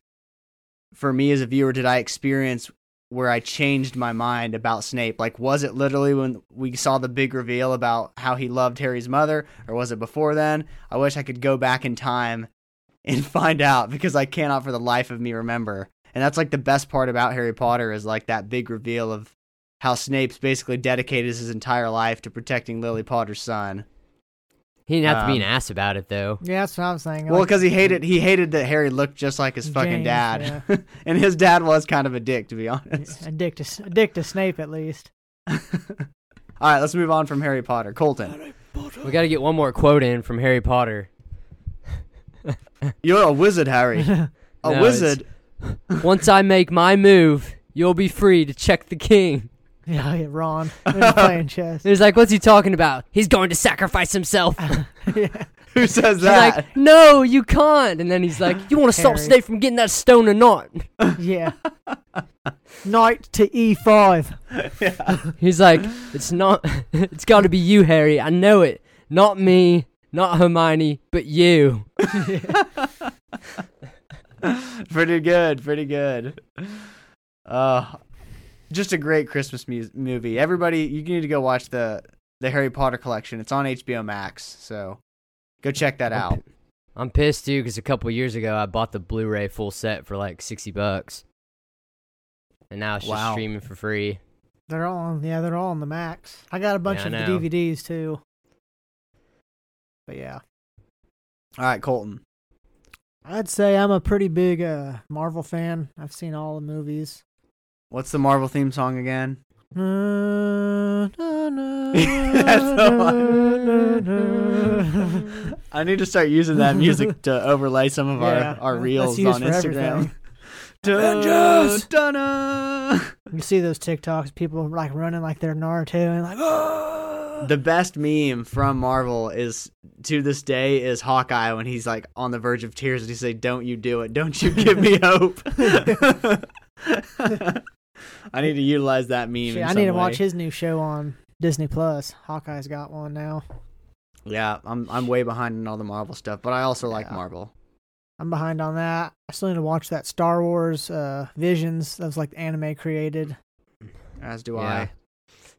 Speaker 3: for me as a viewer did I experience where I changed my mind about Snape? Like, was it literally when we saw the big reveal about how he loved Harry's mother, or was it before then? I wish I could go back in time [laughs] and find out because I cannot for the life of me remember. And that's like the best part about Harry Potter is like that big reveal of how Snape's basically dedicated his entire life to protecting Lily Potter's son.
Speaker 1: He didn't have to be
Speaker 3: Um,
Speaker 1: an ass about it though.
Speaker 2: Yeah, that's what I was saying.
Speaker 3: Well, because he hated he hated that Harry looked just like his fucking
Speaker 2: James,
Speaker 3: dad, [laughs] and his dad was kind of a dick, to be honest. [laughs]
Speaker 2: addicted, addicted to Snape at least.
Speaker 3: All right, let's move on from Harry Potter. Colton,
Speaker 1: We got to get one more quote in from Harry
Speaker 3: [laughs]
Speaker 1: Potter.
Speaker 3: you're a
Speaker 2: [laughs]
Speaker 3: wizard, Harry. A
Speaker 1: No, it's-
Speaker 3: wizard. [laughs]
Speaker 1: Once I make my move, you'll be free to check the king.
Speaker 2: Yeah, yeah Ron. They're just playing chess. [laughs]
Speaker 3: [laughs]
Speaker 1: It was like, what's he talking about? He's going to sacrifice himself. He's
Speaker 3: Who says that?
Speaker 1: like, no, you can't. And then he's like, you want to stop
Speaker 2: Harry.
Speaker 1: Snape from getting that stone or not?
Speaker 2: Yeah. Knight to E e5.
Speaker 1: He's like, it's not. [laughs] it's got to be you, Harry. I know it. Not me. Not Hermione, but you.
Speaker 3: [laughs] pretty good, pretty good. Uh, just a great Christmas mu- movie. Everybody, you need to go watch the the Harry Potter collection. It's on HBO Max, so go check that out.
Speaker 1: I'm pissed too because a couple years ago I bought the Blu-ray full set for like sixty bucks, and now it's just
Speaker 3: Wow.
Speaker 1: streaming for free.
Speaker 2: They're all on, yeah, they're all on the max. I got a bunch
Speaker 1: Yeah, I
Speaker 2: of
Speaker 1: know.
Speaker 2: the DVDs too. But yeah.
Speaker 3: All right, Colton.
Speaker 2: I'd say I'm a pretty big uh, Marvel fan. I've seen all the movies.
Speaker 3: What's the Marvel theme song again?
Speaker 2: Na, na, na,
Speaker 3: That's the
Speaker 2: na, na, na.
Speaker 3: I need to start using
Speaker 2: [laughs]
Speaker 3: that music to overlay some of
Speaker 2: Yeah,
Speaker 3: [laughs] our, our
Speaker 2: that's
Speaker 3: reels
Speaker 2: used
Speaker 3: on
Speaker 2: for
Speaker 3: Instagram.
Speaker 2: everything.
Speaker 3: [laughs] Dun,
Speaker 2: Avengers!
Speaker 3: dun-dun.
Speaker 2: You see those TikToks, people like running like they're Naruto and like, oh!
Speaker 3: The best meme from Marvel is to this day is Hawkeye when he's like on the verge of tears and he say, "Don't you do it? Don't you
Speaker 2: [laughs]
Speaker 3: give me hope." I need to utilize that meme.
Speaker 2: Shit,
Speaker 3: in
Speaker 2: I
Speaker 3: some
Speaker 2: need to
Speaker 3: way.
Speaker 2: watch his new show on Disney Plus. Hawkeye's got one now.
Speaker 3: Yeah, I'm I'm way behind in all the Marvel stuff, but I also like
Speaker 2: Yeah.
Speaker 3: Marvel.
Speaker 2: I'm behind on that. I still need to watch that Star Wars uh, Visions. That was like the anime created.
Speaker 3: As do
Speaker 1: Yeah.
Speaker 3: I.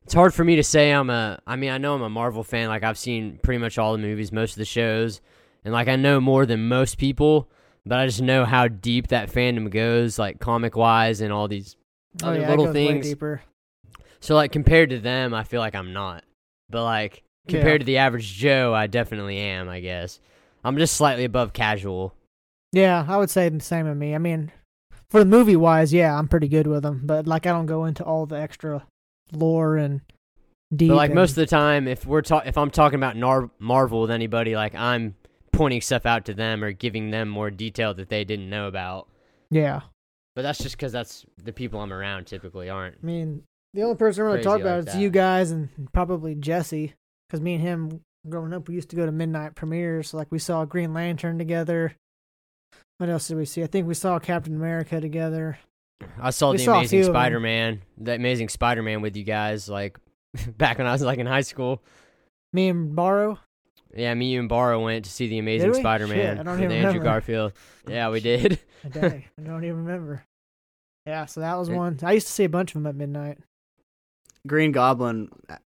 Speaker 1: It's hard for me to say I'm a. I mean, I know I'm a Marvel fan. Like I've seen pretty much all the movies, most of the shows, and like I know more than most people. But I just know how deep that fandom goes, like comic wise, and all these
Speaker 2: Oh
Speaker 1: Other
Speaker 2: yeah,
Speaker 1: little
Speaker 2: it goes way
Speaker 1: things.
Speaker 2: deeper.
Speaker 1: So like compared to them, I feel like I'm not. But like compared
Speaker 2: Yeah.
Speaker 1: to the average Joe, I definitely am, I guess. I'm just slightly above casual.
Speaker 2: Yeah, I would say the same of me. I mean, for the movie wise, yeah, I'm pretty good with them. But like, I don't go into all the extra lore and deep.
Speaker 1: But like
Speaker 2: and-
Speaker 1: most of the time if we're ta- if I'm talking about Nar- Marvel with anybody, like I'm pointing stuff out to them or giving them more detail that they didn't know about.
Speaker 2: yeah,
Speaker 1: But that's just cuz that's the people I'm around typically aren't.
Speaker 2: I mean, the only person I really
Speaker 1: Crazy
Speaker 2: talk about
Speaker 1: like
Speaker 2: is
Speaker 1: that.
Speaker 2: you guys and probably Jesse, because me and him growing up, we used to go to midnight premieres. Like we saw Green Lantern together. What else did we see? I think we saw Captain America together.
Speaker 1: I saw
Speaker 2: We
Speaker 1: the
Speaker 2: saw a
Speaker 1: amazing
Speaker 2: few of 'em.
Speaker 1: Spider-Man, the amazing Spider-Man with you guys like [laughs] back when I was like in high school.
Speaker 2: Me and Barrow.
Speaker 1: Yeah, me you and Barra went to see the amazing
Speaker 2: we? Shit,
Speaker 1: Spider-Man
Speaker 2: I don't
Speaker 1: with
Speaker 2: even
Speaker 1: Andrew
Speaker 2: remember.
Speaker 1: Garfield. Yeah, we did.
Speaker 2: I don't
Speaker 1: [laughs]
Speaker 2: I don't even remember. Yeah, so that was
Speaker 1: It-
Speaker 2: one. I used to see a bunch of them at midnight.
Speaker 3: Green Goblin,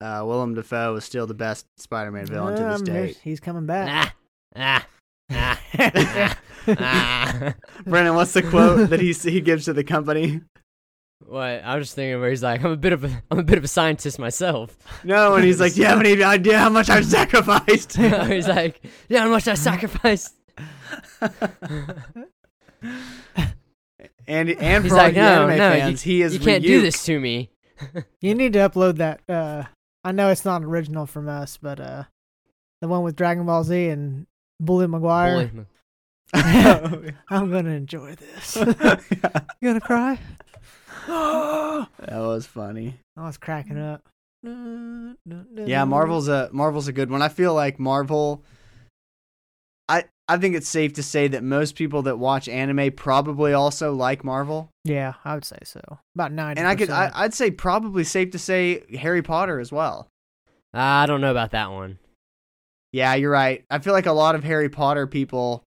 Speaker 3: uh, Willem Dafoe is still the best Spider-Man villain to this
Speaker 2: Um,
Speaker 3: day.
Speaker 2: there's- He's
Speaker 1: [laughs]
Speaker 2: coming back.
Speaker 1: ah, ah, ah,
Speaker 2: [laughs]
Speaker 1: ah, ah.
Speaker 3: [laughs] Brennan, what's the
Speaker 2: [laughs]
Speaker 3: quote that he he gives to the company?
Speaker 1: What? I was just thinking where he's like, I'm a bit of a, I'm a bit of a scientist
Speaker 2: [laughs]
Speaker 1: myself. [laughs]
Speaker 3: No, and he's like, "Do you have any idea how much
Speaker 2: [laughs]
Speaker 3: I've sacrificed?"
Speaker 1: he's like, yeah, how much I sacrificed. [laughs]
Speaker 3: And and
Speaker 1: He's
Speaker 3: for all
Speaker 1: like,
Speaker 3: you
Speaker 1: no,
Speaker 3: anime
Speaker 1: no,
Speaker 3: fans, he is
Speaker 1: you can't do
Speaker 3: Ryuk.
Speaker 1: this to me.
Speaker 2: You need to upload that. Uh, I know it's not original from us, but uh, the one with Dragon Ball Z and Bully Maguire.
Speaker 1: [laughs] Bully.
Speaker 2: I'm gonna enjoy this. [laughs]
Speaker 3: [laughs] that
Speaker 2: you gonna cry?
Speaker 3: was funny.
Speaker 2: I was
Speaker 3: [laughs]
Speaker 2: cracking up.
Speaker 3: Yeah,
Speaker 2: Yeah,
Speaker 3: Marvel's a Marvel's a good one. I feel like Marvel. I I think it's safe to say that most people that watch anime probably also like Marvel,
Speaker 2: Yeah, I would say so. About ninety.
Speaker 3: and I could I, I'd say probably safe to say Harry Potter as well.
Speaker 1: Ah, I don't know about that one.
Speaker 3: Yeah, you're right. I feel like a lot of Harry Potter people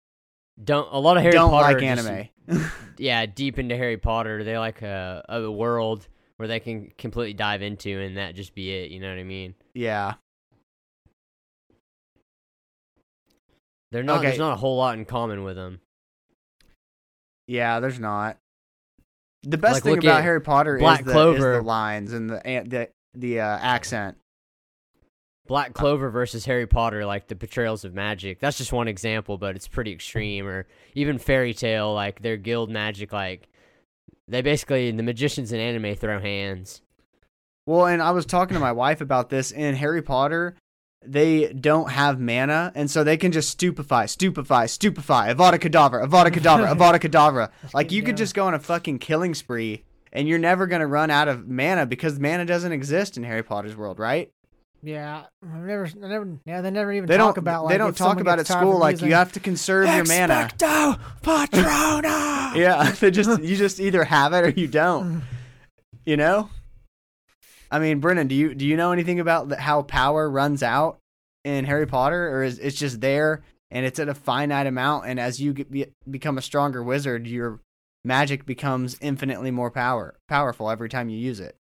Speaker 1: Don't a lot of Harry
Speaker 3: don't
Speaker 1: Potter
Speaker 3: like
Speaker 1: just
Speaker 3: anime. [laughs]
Speaker 1: yeah, deep into Harry Potter. They like a, a world where they can completely dive into and that just be it, you know what I mean?
Speaker 3: Yeah.
Speaker 1: They're not
Speaker 3: Okay.
Speaker 1: there's not a whole lot in common with them.
Speaker 3: Yeah, there's not. The best
Speaker 1: Like,
Speaker 3: thing
Speaker 1: look
Speaker 3: about
Speaker 1: at
Speaker 3: Harry Potter
Speaker 1: Black
Speaker 3: is, the, is
Speaker 1: Clover.
Speaker 3: the lines and the and the the uh, accent.
Speaker 1: Black Clover versus Harry Potter, like the portrayals of magic. That's just one example, but it's pretty extreme. Or even fairy tale, like their guild magic, like they basically the magicians in anime throw hands.
Speaker 3: Well, and I was talking to my wife about this in Harry Potter. They don't have mana, and so they can just stupefy, stupefy, stupefy, Avada Kedavra, Avada Kedavra,
Speaker 2: [laughs]
Speaker 3: Avada Kedavra. Like
Speaker 2: keep
Speaker 3: you could
Speaker 2: going.
Speaker 3: just go on a fucking killing spree, and you're never gonna run out of mana because mana doesn't exist in Harry Potter's world, right?
Speaker 2: Yeah, I never, I never, yeah, they never even
Speaker 3: They
Speaker 2: talk
Speaker 3: don't.
Speaker 2: about like
Speaker 3: they don't
Speaker 2: if
Speaker 3: talk
Speaker 2: someone
Speaker 3: about at
Speaker 2: gets tired from
Speaker 3: school like
Speaker 2: using-
Speaker 3: you have to conserve your mana.
Speaker 2: Expecto [laughs] Patronum.
Speaker 3: Yeah, they just [laughs] you just either have it or you don't. You know? I mean, Brennan, do you do you know anything about the, how power runs out in Harry Potter or is it's just there and it's at a finite amount and as you get, be, become a stronger wizard, your magic becomes infinitely more power powerful every time you use it.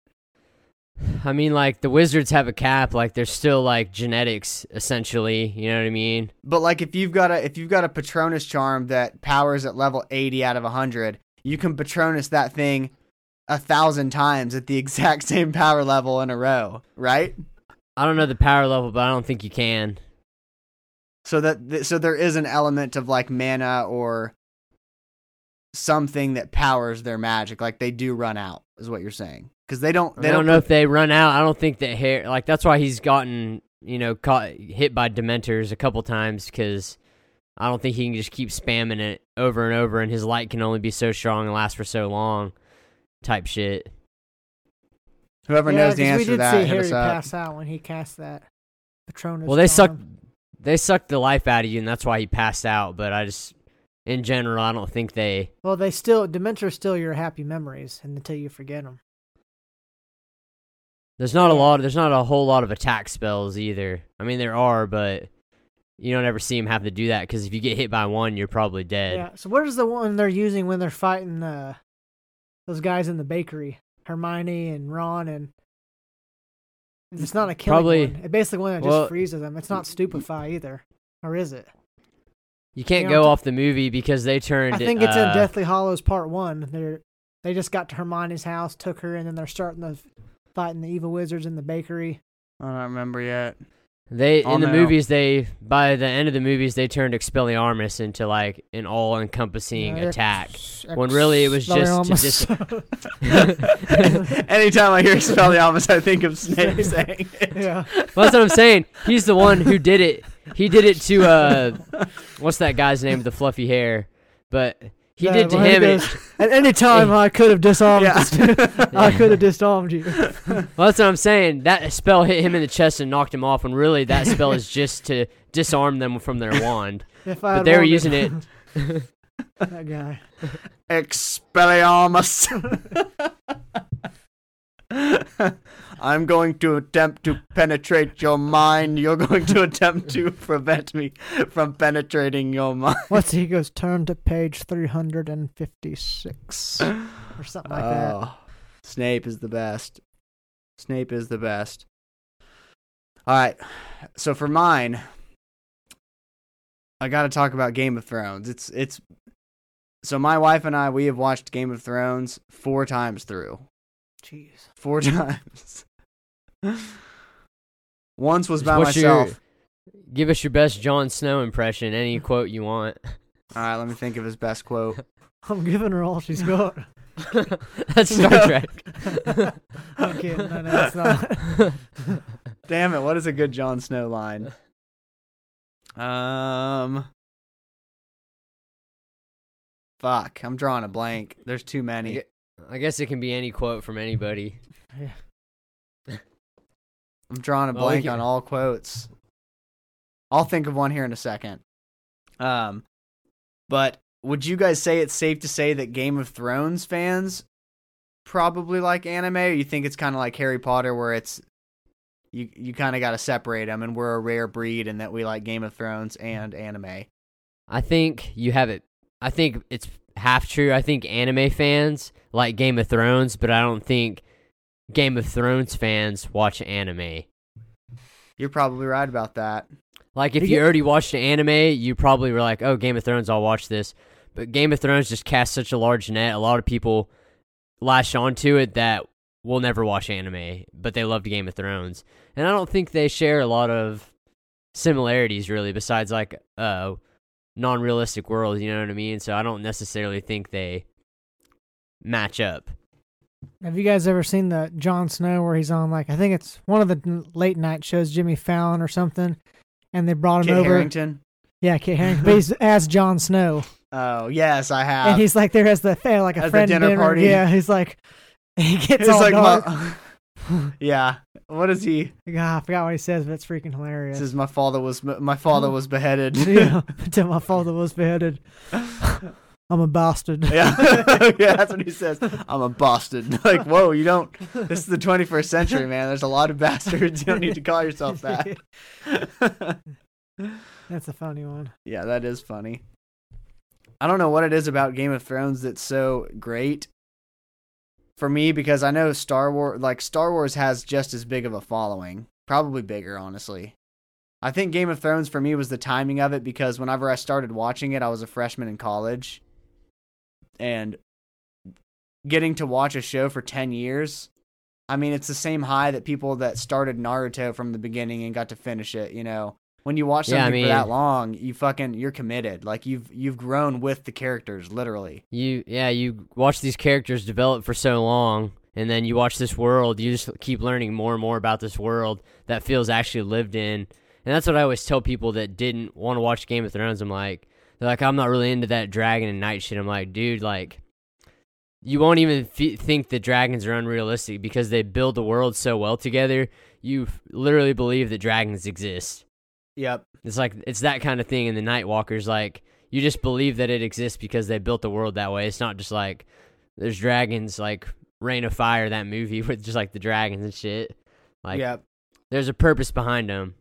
Speaker 1: I mean, like the wizards have a cap. Like there's still like genetics, essentially. You know what I mean?
Speaker 3: But like if you've got a if you've got a Patronus charm that powers at level 80 out of 100, you can Patronus that thing a thousand times at the [laughs] exact same power level in a row, right?
Speaker 1: I don't know the power level, but I don't think you can.
Speaker 3: so that th- so there is an element of like mana or something that powers their magic like they do run out is what you're saying because they don't they
Speaker 1: I
Speaker 3: don't
Speaker 1: don't know if they run out. I don't think that hair. Like that's why he's gotten you know caught hit by dementors a couple times because I don't think he can just keep spamming it over and over, and his light can only be so strong and last for so long. Type shit.
Speaker 3: whoever
Speaker 2: Yeah,
Speaker 3: knows the
Speaker 2: 'cause
Speaker 3: answer
Speaker 2: we
Speaker 3: to
Speaker 2: did
Speaker 3: that
Speaker 2: see
Speaker 3: hit
Speaker 2: Harry
Speaker 3: us up
Speaker 2: pass out when he cast that Patronus.
Speaker 1: Well, they
Speaker 2: suck.
Speaker 1: sucked. They sucked the life out of you, and that's why he passed out. But I just, in general, I don't think they.
Speaker 2: Well, they still Dementor's still your happy memories until you forget them.
Speaker 1: There's not a lot. There's not a whole lot of attack spells either. I mean, there are, but you don't ever see him have to do that because if you get hit by one, you're probably dead.
Speaker 2: Yeah. So what is the one they're using when they're fighting uh, those guys in the bakery? Hermione and Ron and it's not a killing
Speaker 1: Probably-
Speaker 2: one. It basically one that
Speaker 1: well-
Speaker 2: just freezes them. It's not stupefy either, or is it?
Speaker 1: You can't
Speaker 2: Yeah,
Speaker 1: go
Speaker 2: I'm t-
Speaker 1: off the movie because they turned.
Speaker 2: I
Speaker 1: it,
Speaker 2: think it's in
Speaker 1: uh,
Speaker 2: Deathly Hollows Part One. They're they just got to Hermione's house, took her, and then they're starting the fighting the evil wizards in the bakery.
Speaker 3: i don't remember yet
Speaker 1: They
Speaker 3: Oh,
Speaker 1: in the
Speaker 3: no.
Speaker 1: movies they by the end of the movies they turned Expelliarmus into like an all-encompassing
Speaker 2: Yeah,
Speaker 1: attack. [laughs]
Speaker 2: ex-
Speaker 1: when really it was just [laughs] to
Speaker 2: Expelliarmus. [laughs]
Speaker 1: dis-
Speaker 3: [laughs] anytime i hear Expelliarmus, i
Speaker 2: [laughs]
Speaker 3: think of snape saying it.
Speaker 2: yeah.
Speaker 1: Well, that's what I'm saying. He's the one who did it. He did it to uh, what's that guy's name with the fluffy hair? But he
Speaker 2: Yeah,
Speaker 1: did to
Speaker 2: when Uh, he
Speaker 1: him. it-
Speaker 2: goes, At any time, I could have disarmed.
Speaker 3: Yeah.
Speaker 2: this- [laughs] I could have disarmed you.
Speaker 1: [laughs] well, that's what I'm saying. That spell hit him in the chest and knocked him off. When really that spell is just to disarm them from their
Speaker 3: [laughs]
Speaker 1: wand.
Speaker 2: If
Speaker 1: But
Speaker 2: I had
Speaker 1: they were
Speaker 2: wanted-
Speaker 1: using it.
Speaker 2: [laughs] that guy.
Speaker 3: Expelliarmus. I'm going to attempt to penetrate your mind. You're going to attempt to prevent me from penetrating your mind.
Speaker 2: What's he goes? Turn to page three hundred and fifty-six or something like that.
Speaker 3: Oh, Snape is the best. Snape is the best. All right. So for mine, I got to talk about Game of Thrones. It's it's so my wife and I we have watched Game of Thrones 4 times through.
Speaker 2: Jeez.
Speaker 3: Four [laughs] times. Once was by
Speaker 1: What's your-
Speaker 3: myself.
Speaker 1: Give us your best Jon Snow impression. Any quote you want.
Speaker 3: All right, let me think of his
Speaker 1: [laughs]
Speaker 3: best quote.
Speaker 2: I'm giving her all she's got.
Speaker 1: That's Star Trek.
Speaker 2: [laughs] I'm kidding. No, no, it's
Speaker 1: [laughs]
Speaker 2: not.
Speaker 3: Damn it! What is a good Jon Snow line? Um, fuck! I'm drawing a blank. There's too many.
Speaker 1: I guess it can be any quote from anybody.
Speaker 3: I'm drawing a
Speaker 1: Well, we
Speaker 3: blank
Speaker 1: can-
Speaker 3: on all quotes. I'll think of one here in a second. Um, but would you guys say it's safe to say that Game of Thrones fans probably like anime, or you think it's kind of like Harry Potter, where it's you you kind of got to separate them, and we're a rare breed, and that we like Game of Thrones and anime.
Speaker 1: I think you have it. I think it's half true. I think anime fans like Game of Thrones, but I don't think Game of Thrones fans watch anime.
Speaker 3: You're probably right about that.
Speaker 1: Like if
Speaker 2: You
Speaker 1: you
Speaker 2: get-
Speaker 1: already watched an anime, you probably were like, "Oh, Game of Thrones, I'll watch this." But Game of Thrones just casts such a large net; a lot of people lash onto it that will never watch anime, but they loved Game of Thrones. And I don't think they share a lot of similarities, really, besides like uh, non-realistic worlds. You know what I mean? So I don't necessarily think they match up.
Speaker 2: [laughs] Have you guys ever seen the Jon Snow where he's on like I think it's one of the n- late night shows, Jimmy Fallon or something, and they brought him
Speaker 3: Kit
Speaker 2: over.
Speaker 3: Harrington.
Speaker 2: Yeah, Kit
Speaker 3: [laughs]
Speaker 2: Harington. but he's as Jon Snow,
Speaker 3: Oh yes, I have.
Speaker 2: and he's [laughs] like there as the they had, like a
Speaker 3: At the
Speaker 2: friend
Speaker 3: dinner party.
Speaker 2: Yeah, he's like he gets
Speaker 3: It's
Speaker 2: all
Speaker 3: like
Speaker 2: dark.
Speaker 3: my- [laughs] yeah. What is he?
Speaker 2: God, "Ah, I forgot what he says, but it's freaking hilarious.
Speaker 3: This is my father was my father was
Speaker 2: [laughs]
Speaker 3: beheaded. [laughs]
Speaker 2: yeah, until my father was beheaded. I'm a bastard. [laughs]
Speaker 3: yeah, [laughs] yeah, that's what he says. I'm a bastard. [laughs] Like, whoa, you don't. This is the [laughs] 21st century, man. There's a lot of bastards. You don't need to
Speaker 2: [laughs]
Speaker 3: call yourself that. [laughs]
Speaker 2: That's a funny one.
Speaker 3: yeah, that is funny. I don't know what it is about Game of Thrones that's so great for me because I know Star Wars, like Star Wars, has just as big of a following, probably bigger, honestly. I think Game of Thrones for me was the timing of it because whenever I started watching it, I was a freshman in college, and getting to watch a show for ten years. I mean, it's the same high that people that started Naruto from the beginning and got to finish it. You know, when you watch
Speaker 1: Yeah, I
Speaker 3: something for that
Speaker 1: mean-
Speaker 3: long, you fucking you're committed. Like you've you've grown with the characters, literally.
Speaker 1: You yeah, you watch these characters develop for so long and then you watch this world, you just keep learning more and more about this world that feels actually lived in. And that's what I always tell people that didn't want to watch Game of Thrones. I'm like they're like I'm not really into that dragon and knight shit. I'm like, dude, like you won't even f- think the dragons are unrealistic because they build the world so well together. You f- literally believe that dragons exist.
Speaker 3: Yep.
Speaker 1: It's like it's that kind of thing in the Nightwalkers. Like you just believe that it exists because they built the world that way. It's not just like there's dragons, like Rain of Fire, that movie [laughs] with just like the dragons and shit. Like
Speaker 3: yep.
Speaker 1: there's a purpose behind them.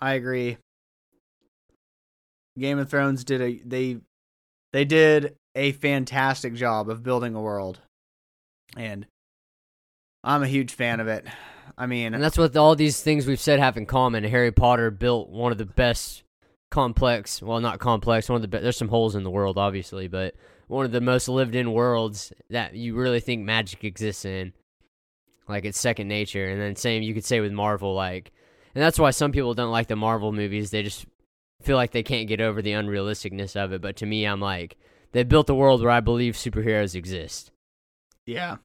Speaker 3: I agree. Game of Thrones did a they they did a fantastic job of building a world. And I'm a huge fan of it. I mean,
Speaker 1: And that's what all these things we've said have in common. Harry Potter built one of the best complex, well, not complex, one of the be- there's some holes in the world obviously, but one of the most lived in worlds that you really think magic exists in. Like it's second nature. And then same you could say with Marvel like and that's why some people don't like the Marvel movies. They just feel like they can't get over the unrealisticness of it, but to me I'm like they built a world where I believe superheroes exist.
Speaker 3: yeah.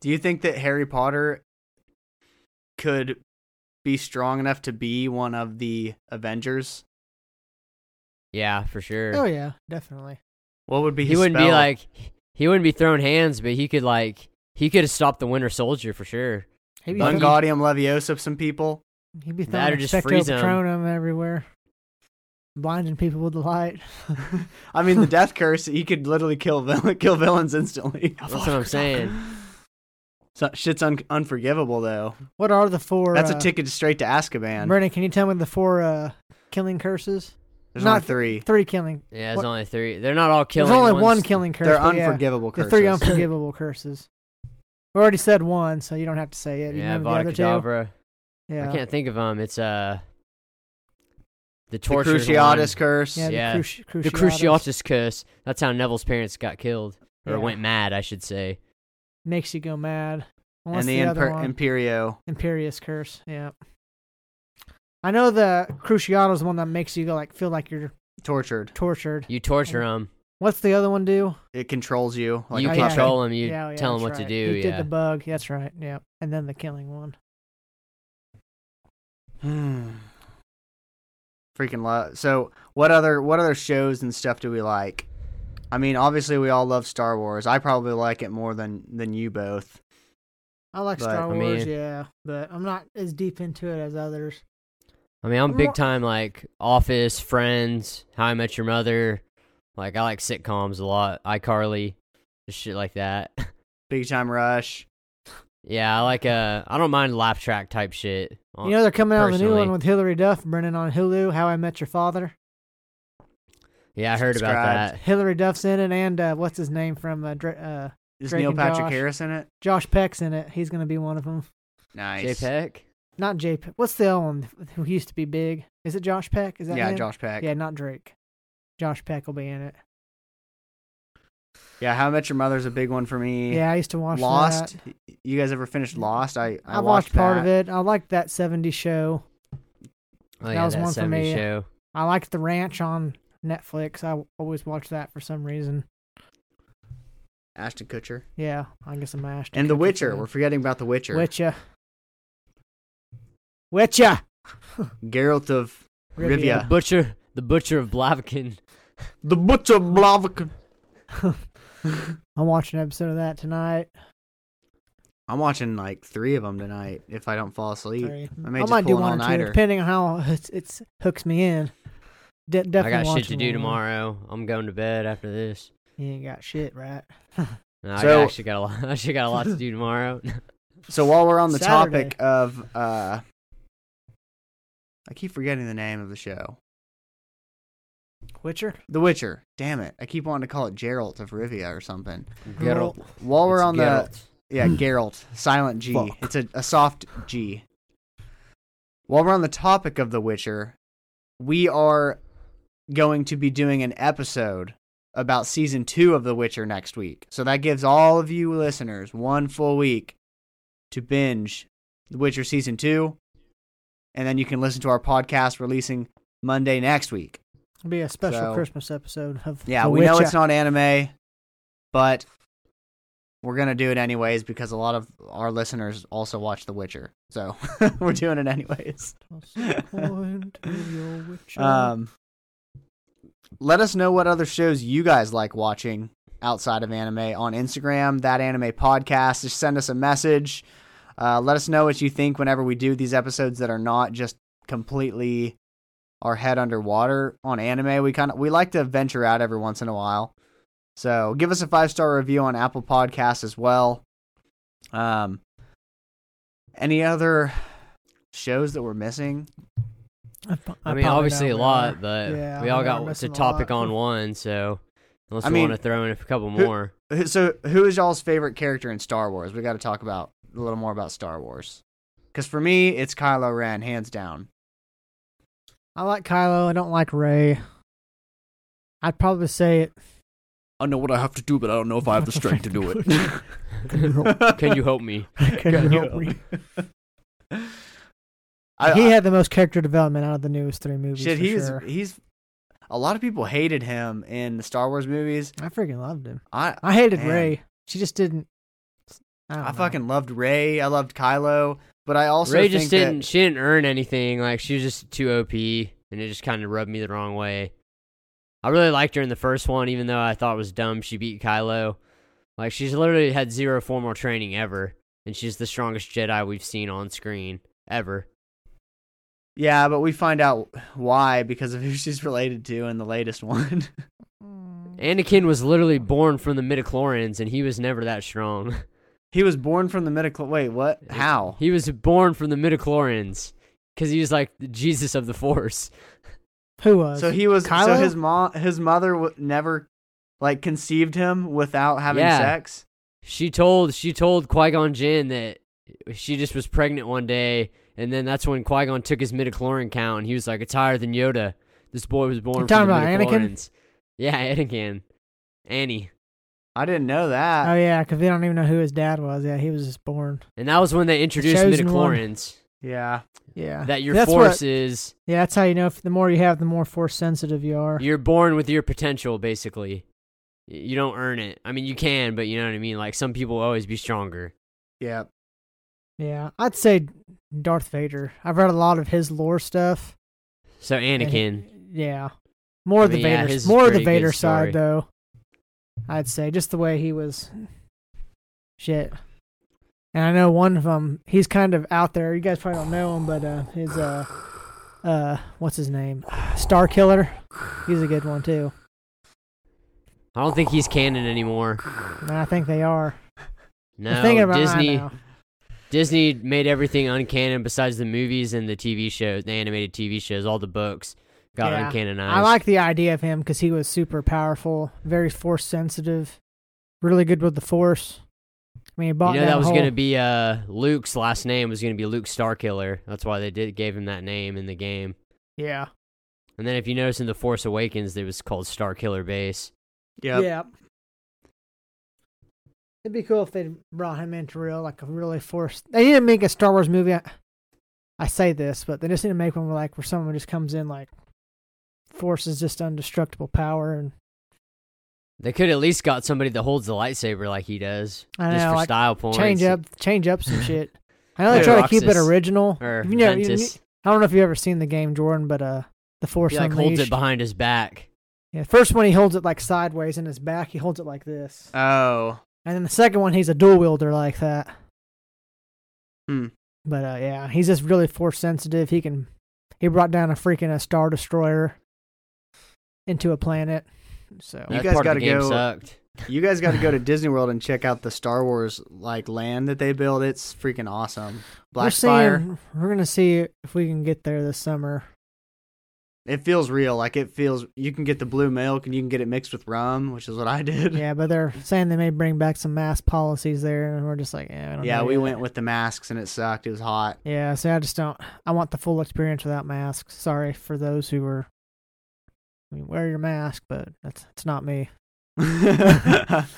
Speaker 3: Do you think that Harry Potter could be strong enough to be one of the Avengers?
Speaker 1: Yeah, for sure.
Speaker 2: Oh yeah, definitely.
Speaker 3: What would be his
Speaker 1: he wouldn't be
Speaker 3: spell?
Speaker 1: like he wouldn't be throwing hands, but he could like he could have stopped the Winter Soldier for sure.
Speaker 2: He'd be, throwing,
Speaker 3: Wingardium Leviosa some people?
Speaker 2: he'd be
Speaker 1: That'd
Speaker 2: throwing
Speaker 1: just
Speaker 2: Secto
Speaker 1: freeze 'em.
Speaker 2: Patronum everywhere, blinding people with the light. [laughs]
Speaker 3: I mean, the death curse, he could literally kill vill- [laughs] kill villains instantly.
Speaker 1: [laughs] That's what I'm saying.
Speaker 3: So, shit's un- unforgivable, though.
Speaker 2: What are the four?
Speaker 3: That's
Speaker 2: uh,
Speaker 3: a ticket straight to Azkaban.
Speaker 2: Brennan, can you tell me the four uh, killing curses?
Speaker 3: There's
Speaker 2: not-
Speaker 3: only three.
Speaker 2: Three killing.
Speaker 1: Yeah,
Speaker 2: What-
Speaker 1: there's only three. They're not all killing.
Speaker 2: There's only
Speaker 1: ones-
Speaker 2: one killing curse.
Speaker 3: They're
Speaker 2: but yeah,
Speaker 3: unforgivable
Speaker 2: the
Speaker 3: curses.
Speaker 1: [laughs]
Speaker 2: three unforgivable curses. We already said one, so you don't have to say it. You
Speaker 1: Yeah,
Speaker 2: remember
Speaker 1: Vada
Speaker 2: the other two?
Speaker 1: Kedavra.
Speaker 2: Yeah,
Speaker 1: I can't think of them. It's uh the
Speaker 3: the
Speaker 1: torture.
Speaker 3: Cruciatus curse.
Speaker 2: yeah,
Speaker 1: yeah.
Speaker 2: the, cruci-
Speaker 1: The Cruciatus curse. That's how Neville's parents got killed or
Speaker 2: Yeah.
Speaker 1: went mad, I should say.
Speaker 2: makes you go mad. Unless
Speaker 3: and the,
Speaker 2: the other
Speaker 3: Imper-
Speaker 2: one.
Speaker 3: Imperio.
Speaker 2: Imperious curse. Yeah. I know the Cruciatus is the one that makes you go like feel like you're
Speaker 3: Tortured.
Speaker 2: tortured.
Speaker 1: You torture them.
Speaker 2: What's the other one do?
Speaker 3: It controls you. Like
Speaker 1: you
Speaker 3: a
Speaker 2: yeah. [sighs]
Speaker 3: puppet.
Speaker 1: control them. You
Speaker 2: Yeah, yeah,
Speaker 1: tell them what
Speaker 2: that's
Speaker 1: to
Speaker 2: right.
Speaker 1: do.
Speaker 2: He
Speaker 1: yeah.
Speaker 2: did the bug. That's right. Yeah. And then the killing one.
Speaker 3: Hmm. Freaking love. So, what other what other shows and stuff do we like? I mean, obviously, we all love Star Wars. I probably like it more than than you both.
Speaker 2: I like
Speaker 3: But,
Speaker 2: Star
Speaker 1: I
Speaker 2: Wars,
Speaker 1: mean-
Speaker 2: yeah, but I'm not as deep into it as others.
Speaker 1: I mean, I'm
Speaker 2: I'm
Speaker 1: big
Speaker 2: not-
Speaker 1: time like Office, Friends, How I Met Your Mother. Like I like sitcoms a lot. iCarly, just shit like that. [laughs]
Speaker 3: Big Time Rush.
Speaker 1: yeah, I like uh, I don't mind laugh track type shit.
Speaker 2: You know, they're coming out with a new
Speaker 1: personally.
Speaker 2: one with Hilary Duff, Brennan on Hulu, How I Met Your Father.
Speaker 1: Yeah, I heard about
Speaker 3: Subscribed.
Speaker 1: that.
Speaker 2: Hillary Duff's in it, and uh, what's his name from uh, Dra- uh,
Speaker 3: Is
Speaker 2: Drake
Speaker 3: Neil
Speaker 2: and
Speaker 3: Patrick
Speaker 2: Josh.
Speaker 3: Harris in it?
Speaker 2: Josh Peck's in it. He's gonna be one of them.
Speaker 3: Nice.
Speaker 1: Jay Peck.
Speaker 2: Not Jay Peck. What's the other one who used to be big? Is it Josh Peck? Is that
Speaker 3: yeah,
Speaker 2: him?
Speaker 3: Josh Peck. Yeah.
Speaker 2: Yeah, not Drake. Josh Peck will be in it.
Speaker 3: How I Met Your Mother's a big one for me.
Speaker 2: Yeah, I used to watch
Speaker 3: Lost.
Speaker 2: That. Mm-hmm.
Speaker 3: You guys ever finished Lost? I I,
Speaker 2: I, watched part
Speaker 3: that.
Speaker 2: of it. I liked that '70s show.
Speaker 1: Oh,
Speaker 2: That
Speaker 1: yeah,
Speaker 2: was
Speaker 1: that
Speaker 2: one for
Speaker 1: 70
Speaker 2: me.
Speaker 1: show.
Speaker 2: I liked The Ranch on Netflix. I always watch that for some reason.
Speaker 3: Ashton Kutcher
Speaker 2: Yeah, I guess I'm mashed.
Speaker 3: and The Witcher. We're forgetting about The Witcher.
Speaker 2: Witcher. Witcher.
Speaker 3: Geralt of Rivia.
Speaker 1: The butcher, the butcher of Blaviken.
Speaker 3: the Butcher Blaviken.
Speaker 2: I'm watching an episode of that tonight.
Speaker 3: I'm watching like three of them tonight if I don't fall asleep.
Speaker 2: Sorry.
Speaker 3: I
Speaker 2: I,
Speaker 3: may just
Speaker 2: might do
Speaker 3: pull an
Speaker 2: one or two,
Speaker 3: all-nighter.
Speaker 2: depending on how it's, it's hooks me in. De- definitely
Speaker 1: I got shit to
Speaker 2: watching
Speaker 1: do
Speaker 2: one.
Speaker 1: tomorrow. I'm going to bed after this.
Speaker 2: You ain't got shit, right?
Speaker 1: No, I
Speaker 3: So-
Speaker 1: actually got a lot. [laughs] I actually got a lot to do
Speaker 2: [laughs]
Speaker 1: tomorrow.
Speaker 3: So while we're on the
Speaker 2: Saturday.
Speaker 3: topic of, uh, I keep forgetting the name of the show,
Speaker 2: Witcher.
Speaker 3: The Witcher. Damn it, I keep wanting to call it Geralt of Rivia or something.
Speaker 1: Geralt.
Speaker 3: While we're
Speaker 1: It's
Speaker 3: on the
Speaker 1: Geralt.
Speaker 3: yeah Geralt, silent G.
Speaker 2: Fuck.
Speaker 3: It's a, a soft G. While we're on the topic of The Witcher, we are going to be doing an episode about season two of The Witcher next week. So that gives all of you listeners one full week to binge The Witcher season two. And then you can listen to our podcast releasing Monday next week.
Speaker 2: It'll be a special
Speaker 3: So-
Speaker 2: Christmas episode of uh,
Speaker 3: Yeah,
Speaker 2: The
Speaker 3: we know
Speaker 2: Witcher.
Speaker 3: it's not anime, but we're going to do it anyways because a lot of our listeners also watch The Witcher. So [laughs] we're doing it anyways.
Speaker 2: [laughs] Toss a coin to your
Speaker 1: [laughs]
Speaker 2: Witcher.
Speaker 3: Um, let us know what other shows you guys like watching outside of anime on Instagram, that anime podcast. Just send us a message. Uh, let us know what you think whenever we do these episodes that are not just completely our head underwater on anime. We kind of we like to venture out every once in a while. So give us a five star review on Apple Podcasts as well. Um, any other shows that we're missing?
Speaker 2: I fu-
Speaker 1: I,
Speaker 2: I
Speaker 1: mean,
Speaker 2: probably
Speaker 1: obviously
Speaker 2: know
Speaker 1: a
Speaker 2: we
Speaker 1: lot,
Speaker 2: are.
Speaker 1: but
Speaker 2: Yeah,
Speaker 1: we
Speaker 2: I
Speaker 1: all
Speaker 2: know we're
Speaker 1: got it's a
Speaker 2: missing a
Speaker 1: topic
Speaker 2: lot.
Speaker 1: on one. So unless
Speaker 3: I
Speaker 1: we
Speaker 3: mean,
Speaker 1: want to throw in a couple
Speaker 3: who-
Speaker 1: more,
Speaker 3: Who- So, who is y'all's favorite character in Star Wars? We got to talk about a little more about Star Wars. Because for me, it's Kylo Ren, hands down.
Speaker 2: I like Kylo. I don't like Ray. I'd probably say it.
Speaker 3: I know what I have to do, but I don't know if I have the strength
Speaker 2: [laughs]
Speaker 3: to do it.
Speaker 1: [laughs] can you help me?
Speaker 2: Can you help me?
Speaker 3: [laughs]
Speaker 2: he had the most character development out of the newest three movies.
Speaker 3: shit.
Speaker 2: for
Speaker 3: He's
Speaker 2: sure.
Speaker 3: he's. A lot of people hated him in the Star Wars movies.
Speaker 2: I freaking loved him.
Speaker 3: I
Speaker 2: I hated
Speaker 3: Man.
Speaker 2: Ray. She just didn't. I, don't
Speaker 3: I
Speaker 2: know.
Speaker 3: fucking loved Ray. I loved Kylo, but I also
Speaker 1: Ray
Speaker 3: think
Speaker 1: just
Speaker 3: that-
Speaker 1: didn't. She didn't earn anything. Like she was just too OP, and it just kind of rubbed me the wrong way. I really liked her in the first one, even though I thought it was dumb. She beat Kylo. Like she's literally had zero formal training ever, and she's the strongest Jedi we've seen on screen ever.
Speaker 3: Yeah, but we find out why because of who she's related to in the latest [laughs] one.
Speaker 2: Mm.
Speaker 1: Anakin was literally born from the midichlorians, and he was never that strong. [laughs]
Speaker 3: He was born from the medical. Wait, what? How?
Speaker 1: He was born from the midichlorians because he was like the Jesus of the Force.
Speaker 2: Who was?
Speaker 3: So he was. So
Speaker 2: Kylo?
Speaker 3: his mom, his mother w- never, like, conceived him without having
Speaker 1: Yeah.
Speaker 3: sex.
Speaker 1: She told she told Qui Gon Jinn that she just was pregnant one day, and then that's when Qui Gon took his midichlorian count, and he was like, "It's higher than Yoda. This boy was born
Speaker 2: You're
Speaker 1: from the
Speaker 2: talking about Anakin?
Speaker 1: midichlorians." Yeah, Anakin, Annie,
Speaker 3: I didn't know
Speaker 2: oh
Speaker 3: that.
Speaker 2: yeah, because they don't even know who his dad was. Yeah, he was just born.
Speaker 1: and that was when they introduced
Speaker 2: chosen one.
Speaker 1: midichlorians.
Speaker 3: yeah.
Speaker 2: Yeah.
Speaker 1: That your
Speaker 2: That's
Speaker 1: force
Speaker 2: What,
Speaker 1: is
Speaker 2: yeah, that's how you know. If the more you have, the more force sensitive you are.
Speaker 1: you're born with your potential, basically. Y- You don't earn it. I mean, you can, but you know what I mean. Like some people will always be stronger.
Speaker 3: Yeah.
Speaker 2: Yeah, I'd say Darth Vader. I've read a lot of his lore stuff.
Speaker 1: So
Speaker 2: and he-
Speaker 1: Anakin,
Speaker 2: yeah, more of
Speaker 1: I
Speaker 2: the
Speaker 1: mean, yeah,
Speaker 2: Vader,
Speaker 1: his is
Speaker 2: more of the
Speaker 1: pretty good
Speaker 2: Vader
Speaker 1: story.
Speaker 2: side though. I'd say just the way he was. Shit. And I know one of them. He's kind of out there. You guys probably don't know him, but uh, his uh, uh, what's his name? Star Killer. He's a good one too.
Speaker 1: I don't think he's canon anymore.
Speaker 2: And I think they are.
Speaker 1: No,
Speaker 2: I'm thinking about it
Speaker 1: Disney.
Speaker 2: now.
Speaker 1: Disney made everything uncanon besides the movies and the TV shows, the animated TV shows, all the books. got
Speaker 2: Yeah.
Speaker 1: uncanonized.
Speaker 2: I like the idea of him because he was super powerful, very force sensitive, really good with the force. I mean, he bought
Speaker 1: You know that was
Speaker 2: whole,
Speaker 1: gonna be uh Luke's last name was gonna be Luke Starkiller. That's why they did gave him that name in the game.
Speaker 2: yeah,
Speaker 1: And then if you notice in the Force Awakens, it was called Starkiller Base.
Speaker 2: yeah. It'd be cool if they brought him into real, like a really force. They need to make a Star Wars movie. I, I say this, but they just need to make one where like where someone just comes in like force is just undestructible power and
Speaker 1: They could at least got somebody that holds the lightsaber like he does,
Speaker 2: I
Speaker 1: just
Speaker 2: know,
Speaker 1: for
Speaker 2: like,
Speaker 1: style points.
Speaker 2: change up change up
Speaker 1: [laughs]
Speaker 2: some shit. I know they
Speaker 1: Yeah.
Speaker 2: try to keep it
Speaker 1: Roxas
Speaker 2: original.
Speaker 1: or
Speaker 2: You know, you-
Speaker 1: Ventus.
Speaker 2: I don't know if you've ever seen the game, Jordan, but uh, the Force
Speaker 1: He like
Speaker 2: Unleashed.
Speaker 1: holds it behind his back.
Speaker 2: Yeah, first one he holds it like sideways in his back. He holds it like
Speaker 1: Uh.
Speaker 2: this,
Speaker 3: Oh.
Speaker 2: and then the second one he's a dual wielder like that.
Speaker 3: Hmm.
Speaker 2: But uh, yeah, he's just really force sensitive. He can he brought down a freaking a star destroyer into a planet. So
Speaker 3: You
Speaker 1: That
Speaker 3: guys
Speaker 1: part of
Speaker 3: gotta
Speaker 1: the game
Speaker 3: go-
Speaker 1: sucked.
Speaker 3: You guys got to go to Disney World and check out the Star Wars like land that they built. It's freaking awesome.
Speaker 2: we're
Speaker 3: Blackspire.
Speaker 2: seeing, we're gonna see if we can get there
Speaker 1: [laughs]
Speaker 2: this summer.
Speaker 3: It feels real. Like it feels. You can get the blue milk and you can get it mixed with rum, which is what I did.
Speaker 2: Yeah, but they're saying they may bring back some mask policies there, and we're just like, yeah, I don't
Speaker 3: Yeah,
Speaker 2: know
Speaker 3: we
Speaker 2: yet.
Speaker 3: went with the masks and it sucked. It was hot.
Speaker 2: Yeah, so I just don't. I want the full experience without masks. Sorry for those who were. I mean, wear your mask, but that's it's not me. [laughs]
Speaker 3: I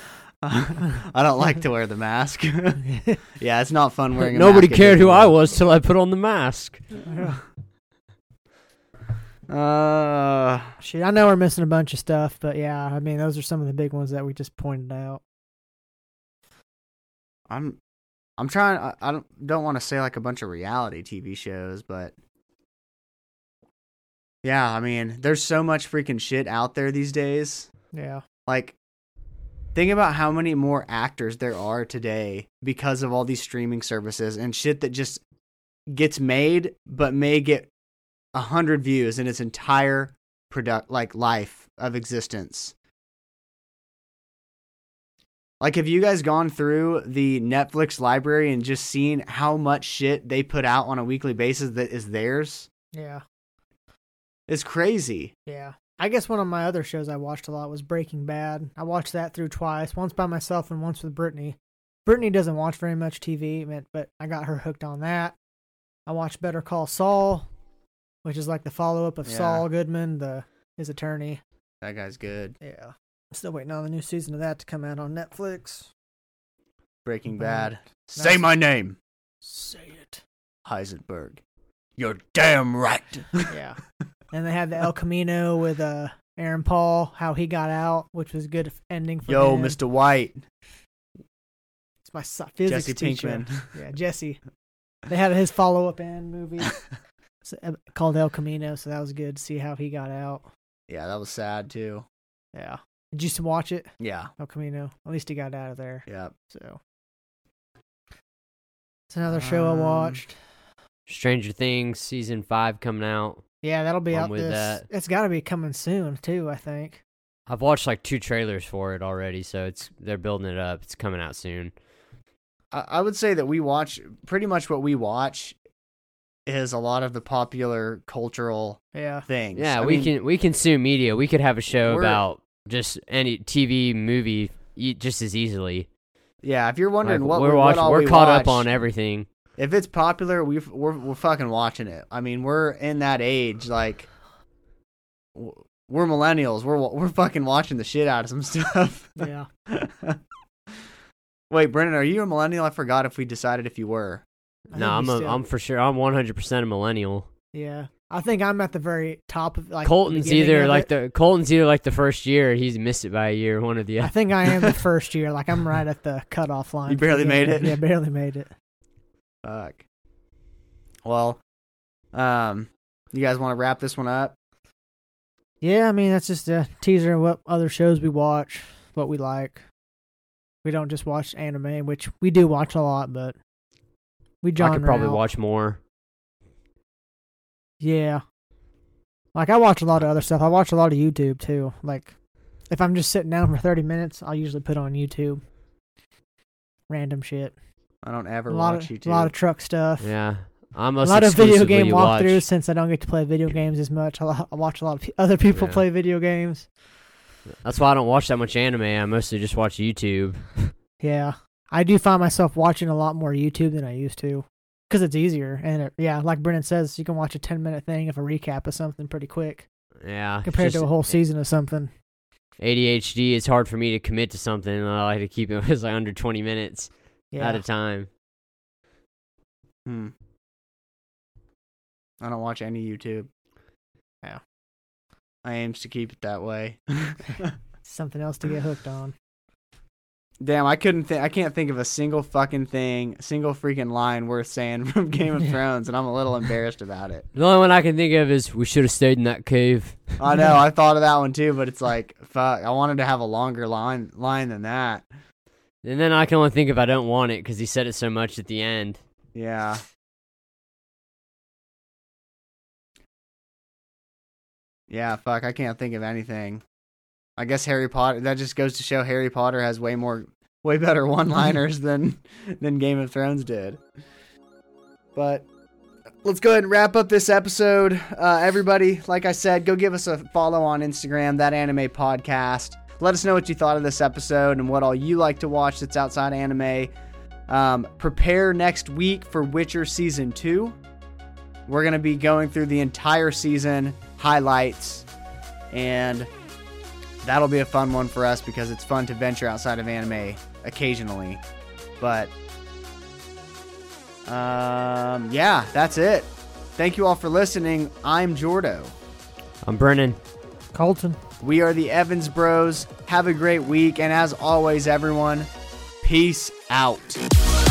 Speaker 3: don't like to wear the mask. [laughs] yeah, it's not fun wearing. A
Speaker 1: Nobody
Speaker 3: mask at
Speaker 1: cared
Speaker 3: Disney
Speaker 1: who I
Speaker 3: World.
Speaker 1: was till I put on the mask.
Speaker 3: [laughs] Uh,
Speaker 2: Shit, I know we're missing a bunch of stuff, but yeah, I mean, those are some of the big ones that we just pointed out.
Speaker 3: I'm, I'm trying. I, I don't don't want to say like a bunch of reality TV shows, but yeah, I mean, there's so much freaking shit out there these days.
Speaker 2: Yeah,
Speaker 3: Like, think about how many more actors there are today because of all these streaming services and shit that just gets made, but may get a hundred views in its entire product like life of existence. Like, have you guys gone through the Netflix library and just seen how much shit they put out on a weekly basis that is theirs?
Speaker 2: yeah,
Speaker 3: It's crazy.
Speaker 2: yeah. I guess one of my other shows I watched a lot was Breaking Bad. I watched that through twice, once by myself and once with Brittany. Brittany doesn't watch very much TV, but- but I got her hooked on that. I watched Better Call Saul, which is like the follow up of
Speaker 3: Yeah.
Speaker 2: Saul Goodman, the his attorney.
Speaker 3: That guy's good.
Speaker 2: Yeah. Still waiting on the new season of that to come out on Netflix.
Speaker 3: Breaking
Speaker 2: Bad.
Speaker 3: Bad. Say my name.
Speaker 2: Say it.
Speaker 3: Heisenberg. You're damn right.
Speaker 2: Yeah. and they had the El Camino with uh Aaron Paul, how he got out, which was good f- ending for
Speaker 3: [laughs] Yo,
Speaker 2: him.
Speaker 3: Mr. White.
Speaker 2: It's my sci- physics
Speaker 3: Jesse
Speaker 2: teacher.
Speaker 3: Pinkman.
Speaker 1: [laughs]
Speaker 3: [laughs]
Speaker 2: Yeah, Jesse. They had his follow up end movie so- uh, called El Camino, so that was good to see how he got out.
Speaker 3: Yeah, that was sad too.
Speaker 2: Yeah. Did you s- watch it?
Speaker 3: Yeah.
Speaker 2: El Camino. At least he got out of there.
Speaker 3: Yeah.
Speaker 2: So it's another show I
Speaker 3: Um,
Speaker 2: watched.
Speaker 1: Stranger Things season five coming out.
Speaker 2: Yeah, that'll be
Speaker 1: I'm
Speaker 2: out
Speaker 1: with
Speaker 2: this.
Speaker 1: that.
Speaker 2: It's got to be coming soon too. I think.
Speaker 1: I've watched like two trailers for it already, so it's they're building it up. It's coming out soon.
Speaker 3: I, I would say that we watch pretty much what we watch is a lot of the popular cultural
Speaker 2: Yeah. [laughs]
Speaker 3: things.
Speaker 1: Yeah,
Speaker 3: I
Speaker 1: we
Speaker 3: mean,
Speaker 1: can we consume media. We could have a show
Speaker 3: We're-
Speaker 1: about just any TV movie e- just as easily.
Speaker 3: Yeah, if you're wondering
Speaker 1: Like,
Speaker 3: what
Speaker 1: we're
Speaker 3: we- what
Speaker 1: watching,
Speaker 3: all
Speaker 1: we're
Speaker 3: we
Speaker 1: caught up
Speaker 3: watch,
Speaker 1: on everything.
Speaker 3: If it's popular, we we're we're fucking watching it. I mean, we're in that age like w- we're millennials. We're wa- we're fucking watching the shit out of some [laughs] stuff.
Speaker 2: Yeah.
Speaker 3: Wait, Brennan, are you a millennial? I forgot if we decided if you were.
Speaker 2: I
Speaker 1: No, I'm
Speaker 2: think
Speaker 1: a,
Speaker 2: he's still-
Speaker 1: I'm for sure. I'm 100 percent a millennial.
Speaker 2: Yeah. I think I'm at the very top of like. the
Speaker 1: Colton's
Speaker 2: beginning
Speaker 1: either
Speaker 2: of
Speaker 1: like
Speaker 2: it.
Speaker 1: the Colton's either like the first year. or He's missed it by a year. One of the
Speaker 2: I think I am
Speaker 1: [laughs]
Speaker 2: the first year. Like I'm right at the cutoff line.
Speaker 3: You barely
Speaker 2: Yeah,
Speaker 3: made it.
Speaker 2: Yeah, barely made it.
Speaker 3: Fuck. Well, um, you guys want to wrap this one up?
Speaker 2: Yeah, I mean that's just a teaser of what other shows we watch, what we like. We don't just watch anime, which we do watch a lot, but we
Speaker 1: I
Speaker 2: genre
Speaker 1: could probably
Speaker 2: out.
Speaker 1: watch more.
Speaker 2: Yeah. Like I watch a lot of other stuff. I watch a lot of YouTube too. Like if I'm just sitting down for 30 minutes, I'll usually put on YouTube random shit.
Speaker 3: I don't ever
Speaker 2: a lot
Speaker 3: watch
Speaker 2: of
Speaker 3: YouTube.
Speaker 2: a lot of truck stuff.
Speaker 1: Yeah, I
Speaker 2: a
Speaker 1: must
Speaker 2: lot of video game
Speaker 1: watch.
Speaker 2: walkthroughs since I don't get to play video games as much. I, lo- I watch a lot of pe- other people
Speaker 1: Yeah.
Speaker 2: play video games.
Speaker 1: That's why I don't watch that much anime. I mostly just watch YouTube.
Speaker 2: Yeah, I do find myself watching a lot more YouTube than I used to because it's easier. And it, yeah, like Brennan says, you can watch a ten minute thing of a recap of something pretty quick
Speaker 1: Yeah, it's
Speaker 2: compared
Speaker 1: just
Speaker 2: to a whole season of something.
Speaker 1: ADHD. It's hard for me to commit to something. and I like to keep it [laughs] as like under twenty minutes
Speaker 2: Yeah,
Speaker 1: at a time.
Speaker 3: Hmm. I don't watch any YouTube.
Speaker 2: Yeah.
Speaker 3: I aims to keep it that way. [laughs]
Speaker 2: something else to get hooked on.
Speaker 3: Damn, I couldn't think. I can't think of a single fucking thing, single freaking line worth saying [laughs] from Game of
Speaker 2: Yeah.
Speaker 3: Thrones, and I'm a little embarrassed about it.
Speaker 1: The only one I can think of is we should have stayed in that cave.
Speaker 3: I know I thought of that one too, but it's like fuck. I wanted to have a longer line line than that.
Speaker 1: And then I can only think if I don't want it because he said it so much at the end.
Speaker 3: Yeah. Yeah, fuck, I can't think of anything. I guess Harry Potter that just goes to show Harry Potter has way more way better [laughs] one-liners than than Game of Thrones did. But let's go ahead and wrap up this episode. Uh, everybody, like I said, go give us a follow on Instagram, that anime podcast. Let us know what you thought of this episode and what all you like to watch that's outside anime. Um, prepare next week for Witcher Season 2. We're going to be going through the entire season, highlights, and that'll be a fun one for us because it's fun to venture outside of anime occasionally. But um, yeah, that's it. Thank you all for listening. I'm Jordo.
Speaker 1: I'm Brennan.
Speaker 2: Colton.
Speaker 3: We are the Evans Bros. Have a great week. And as always, everyone, peace out.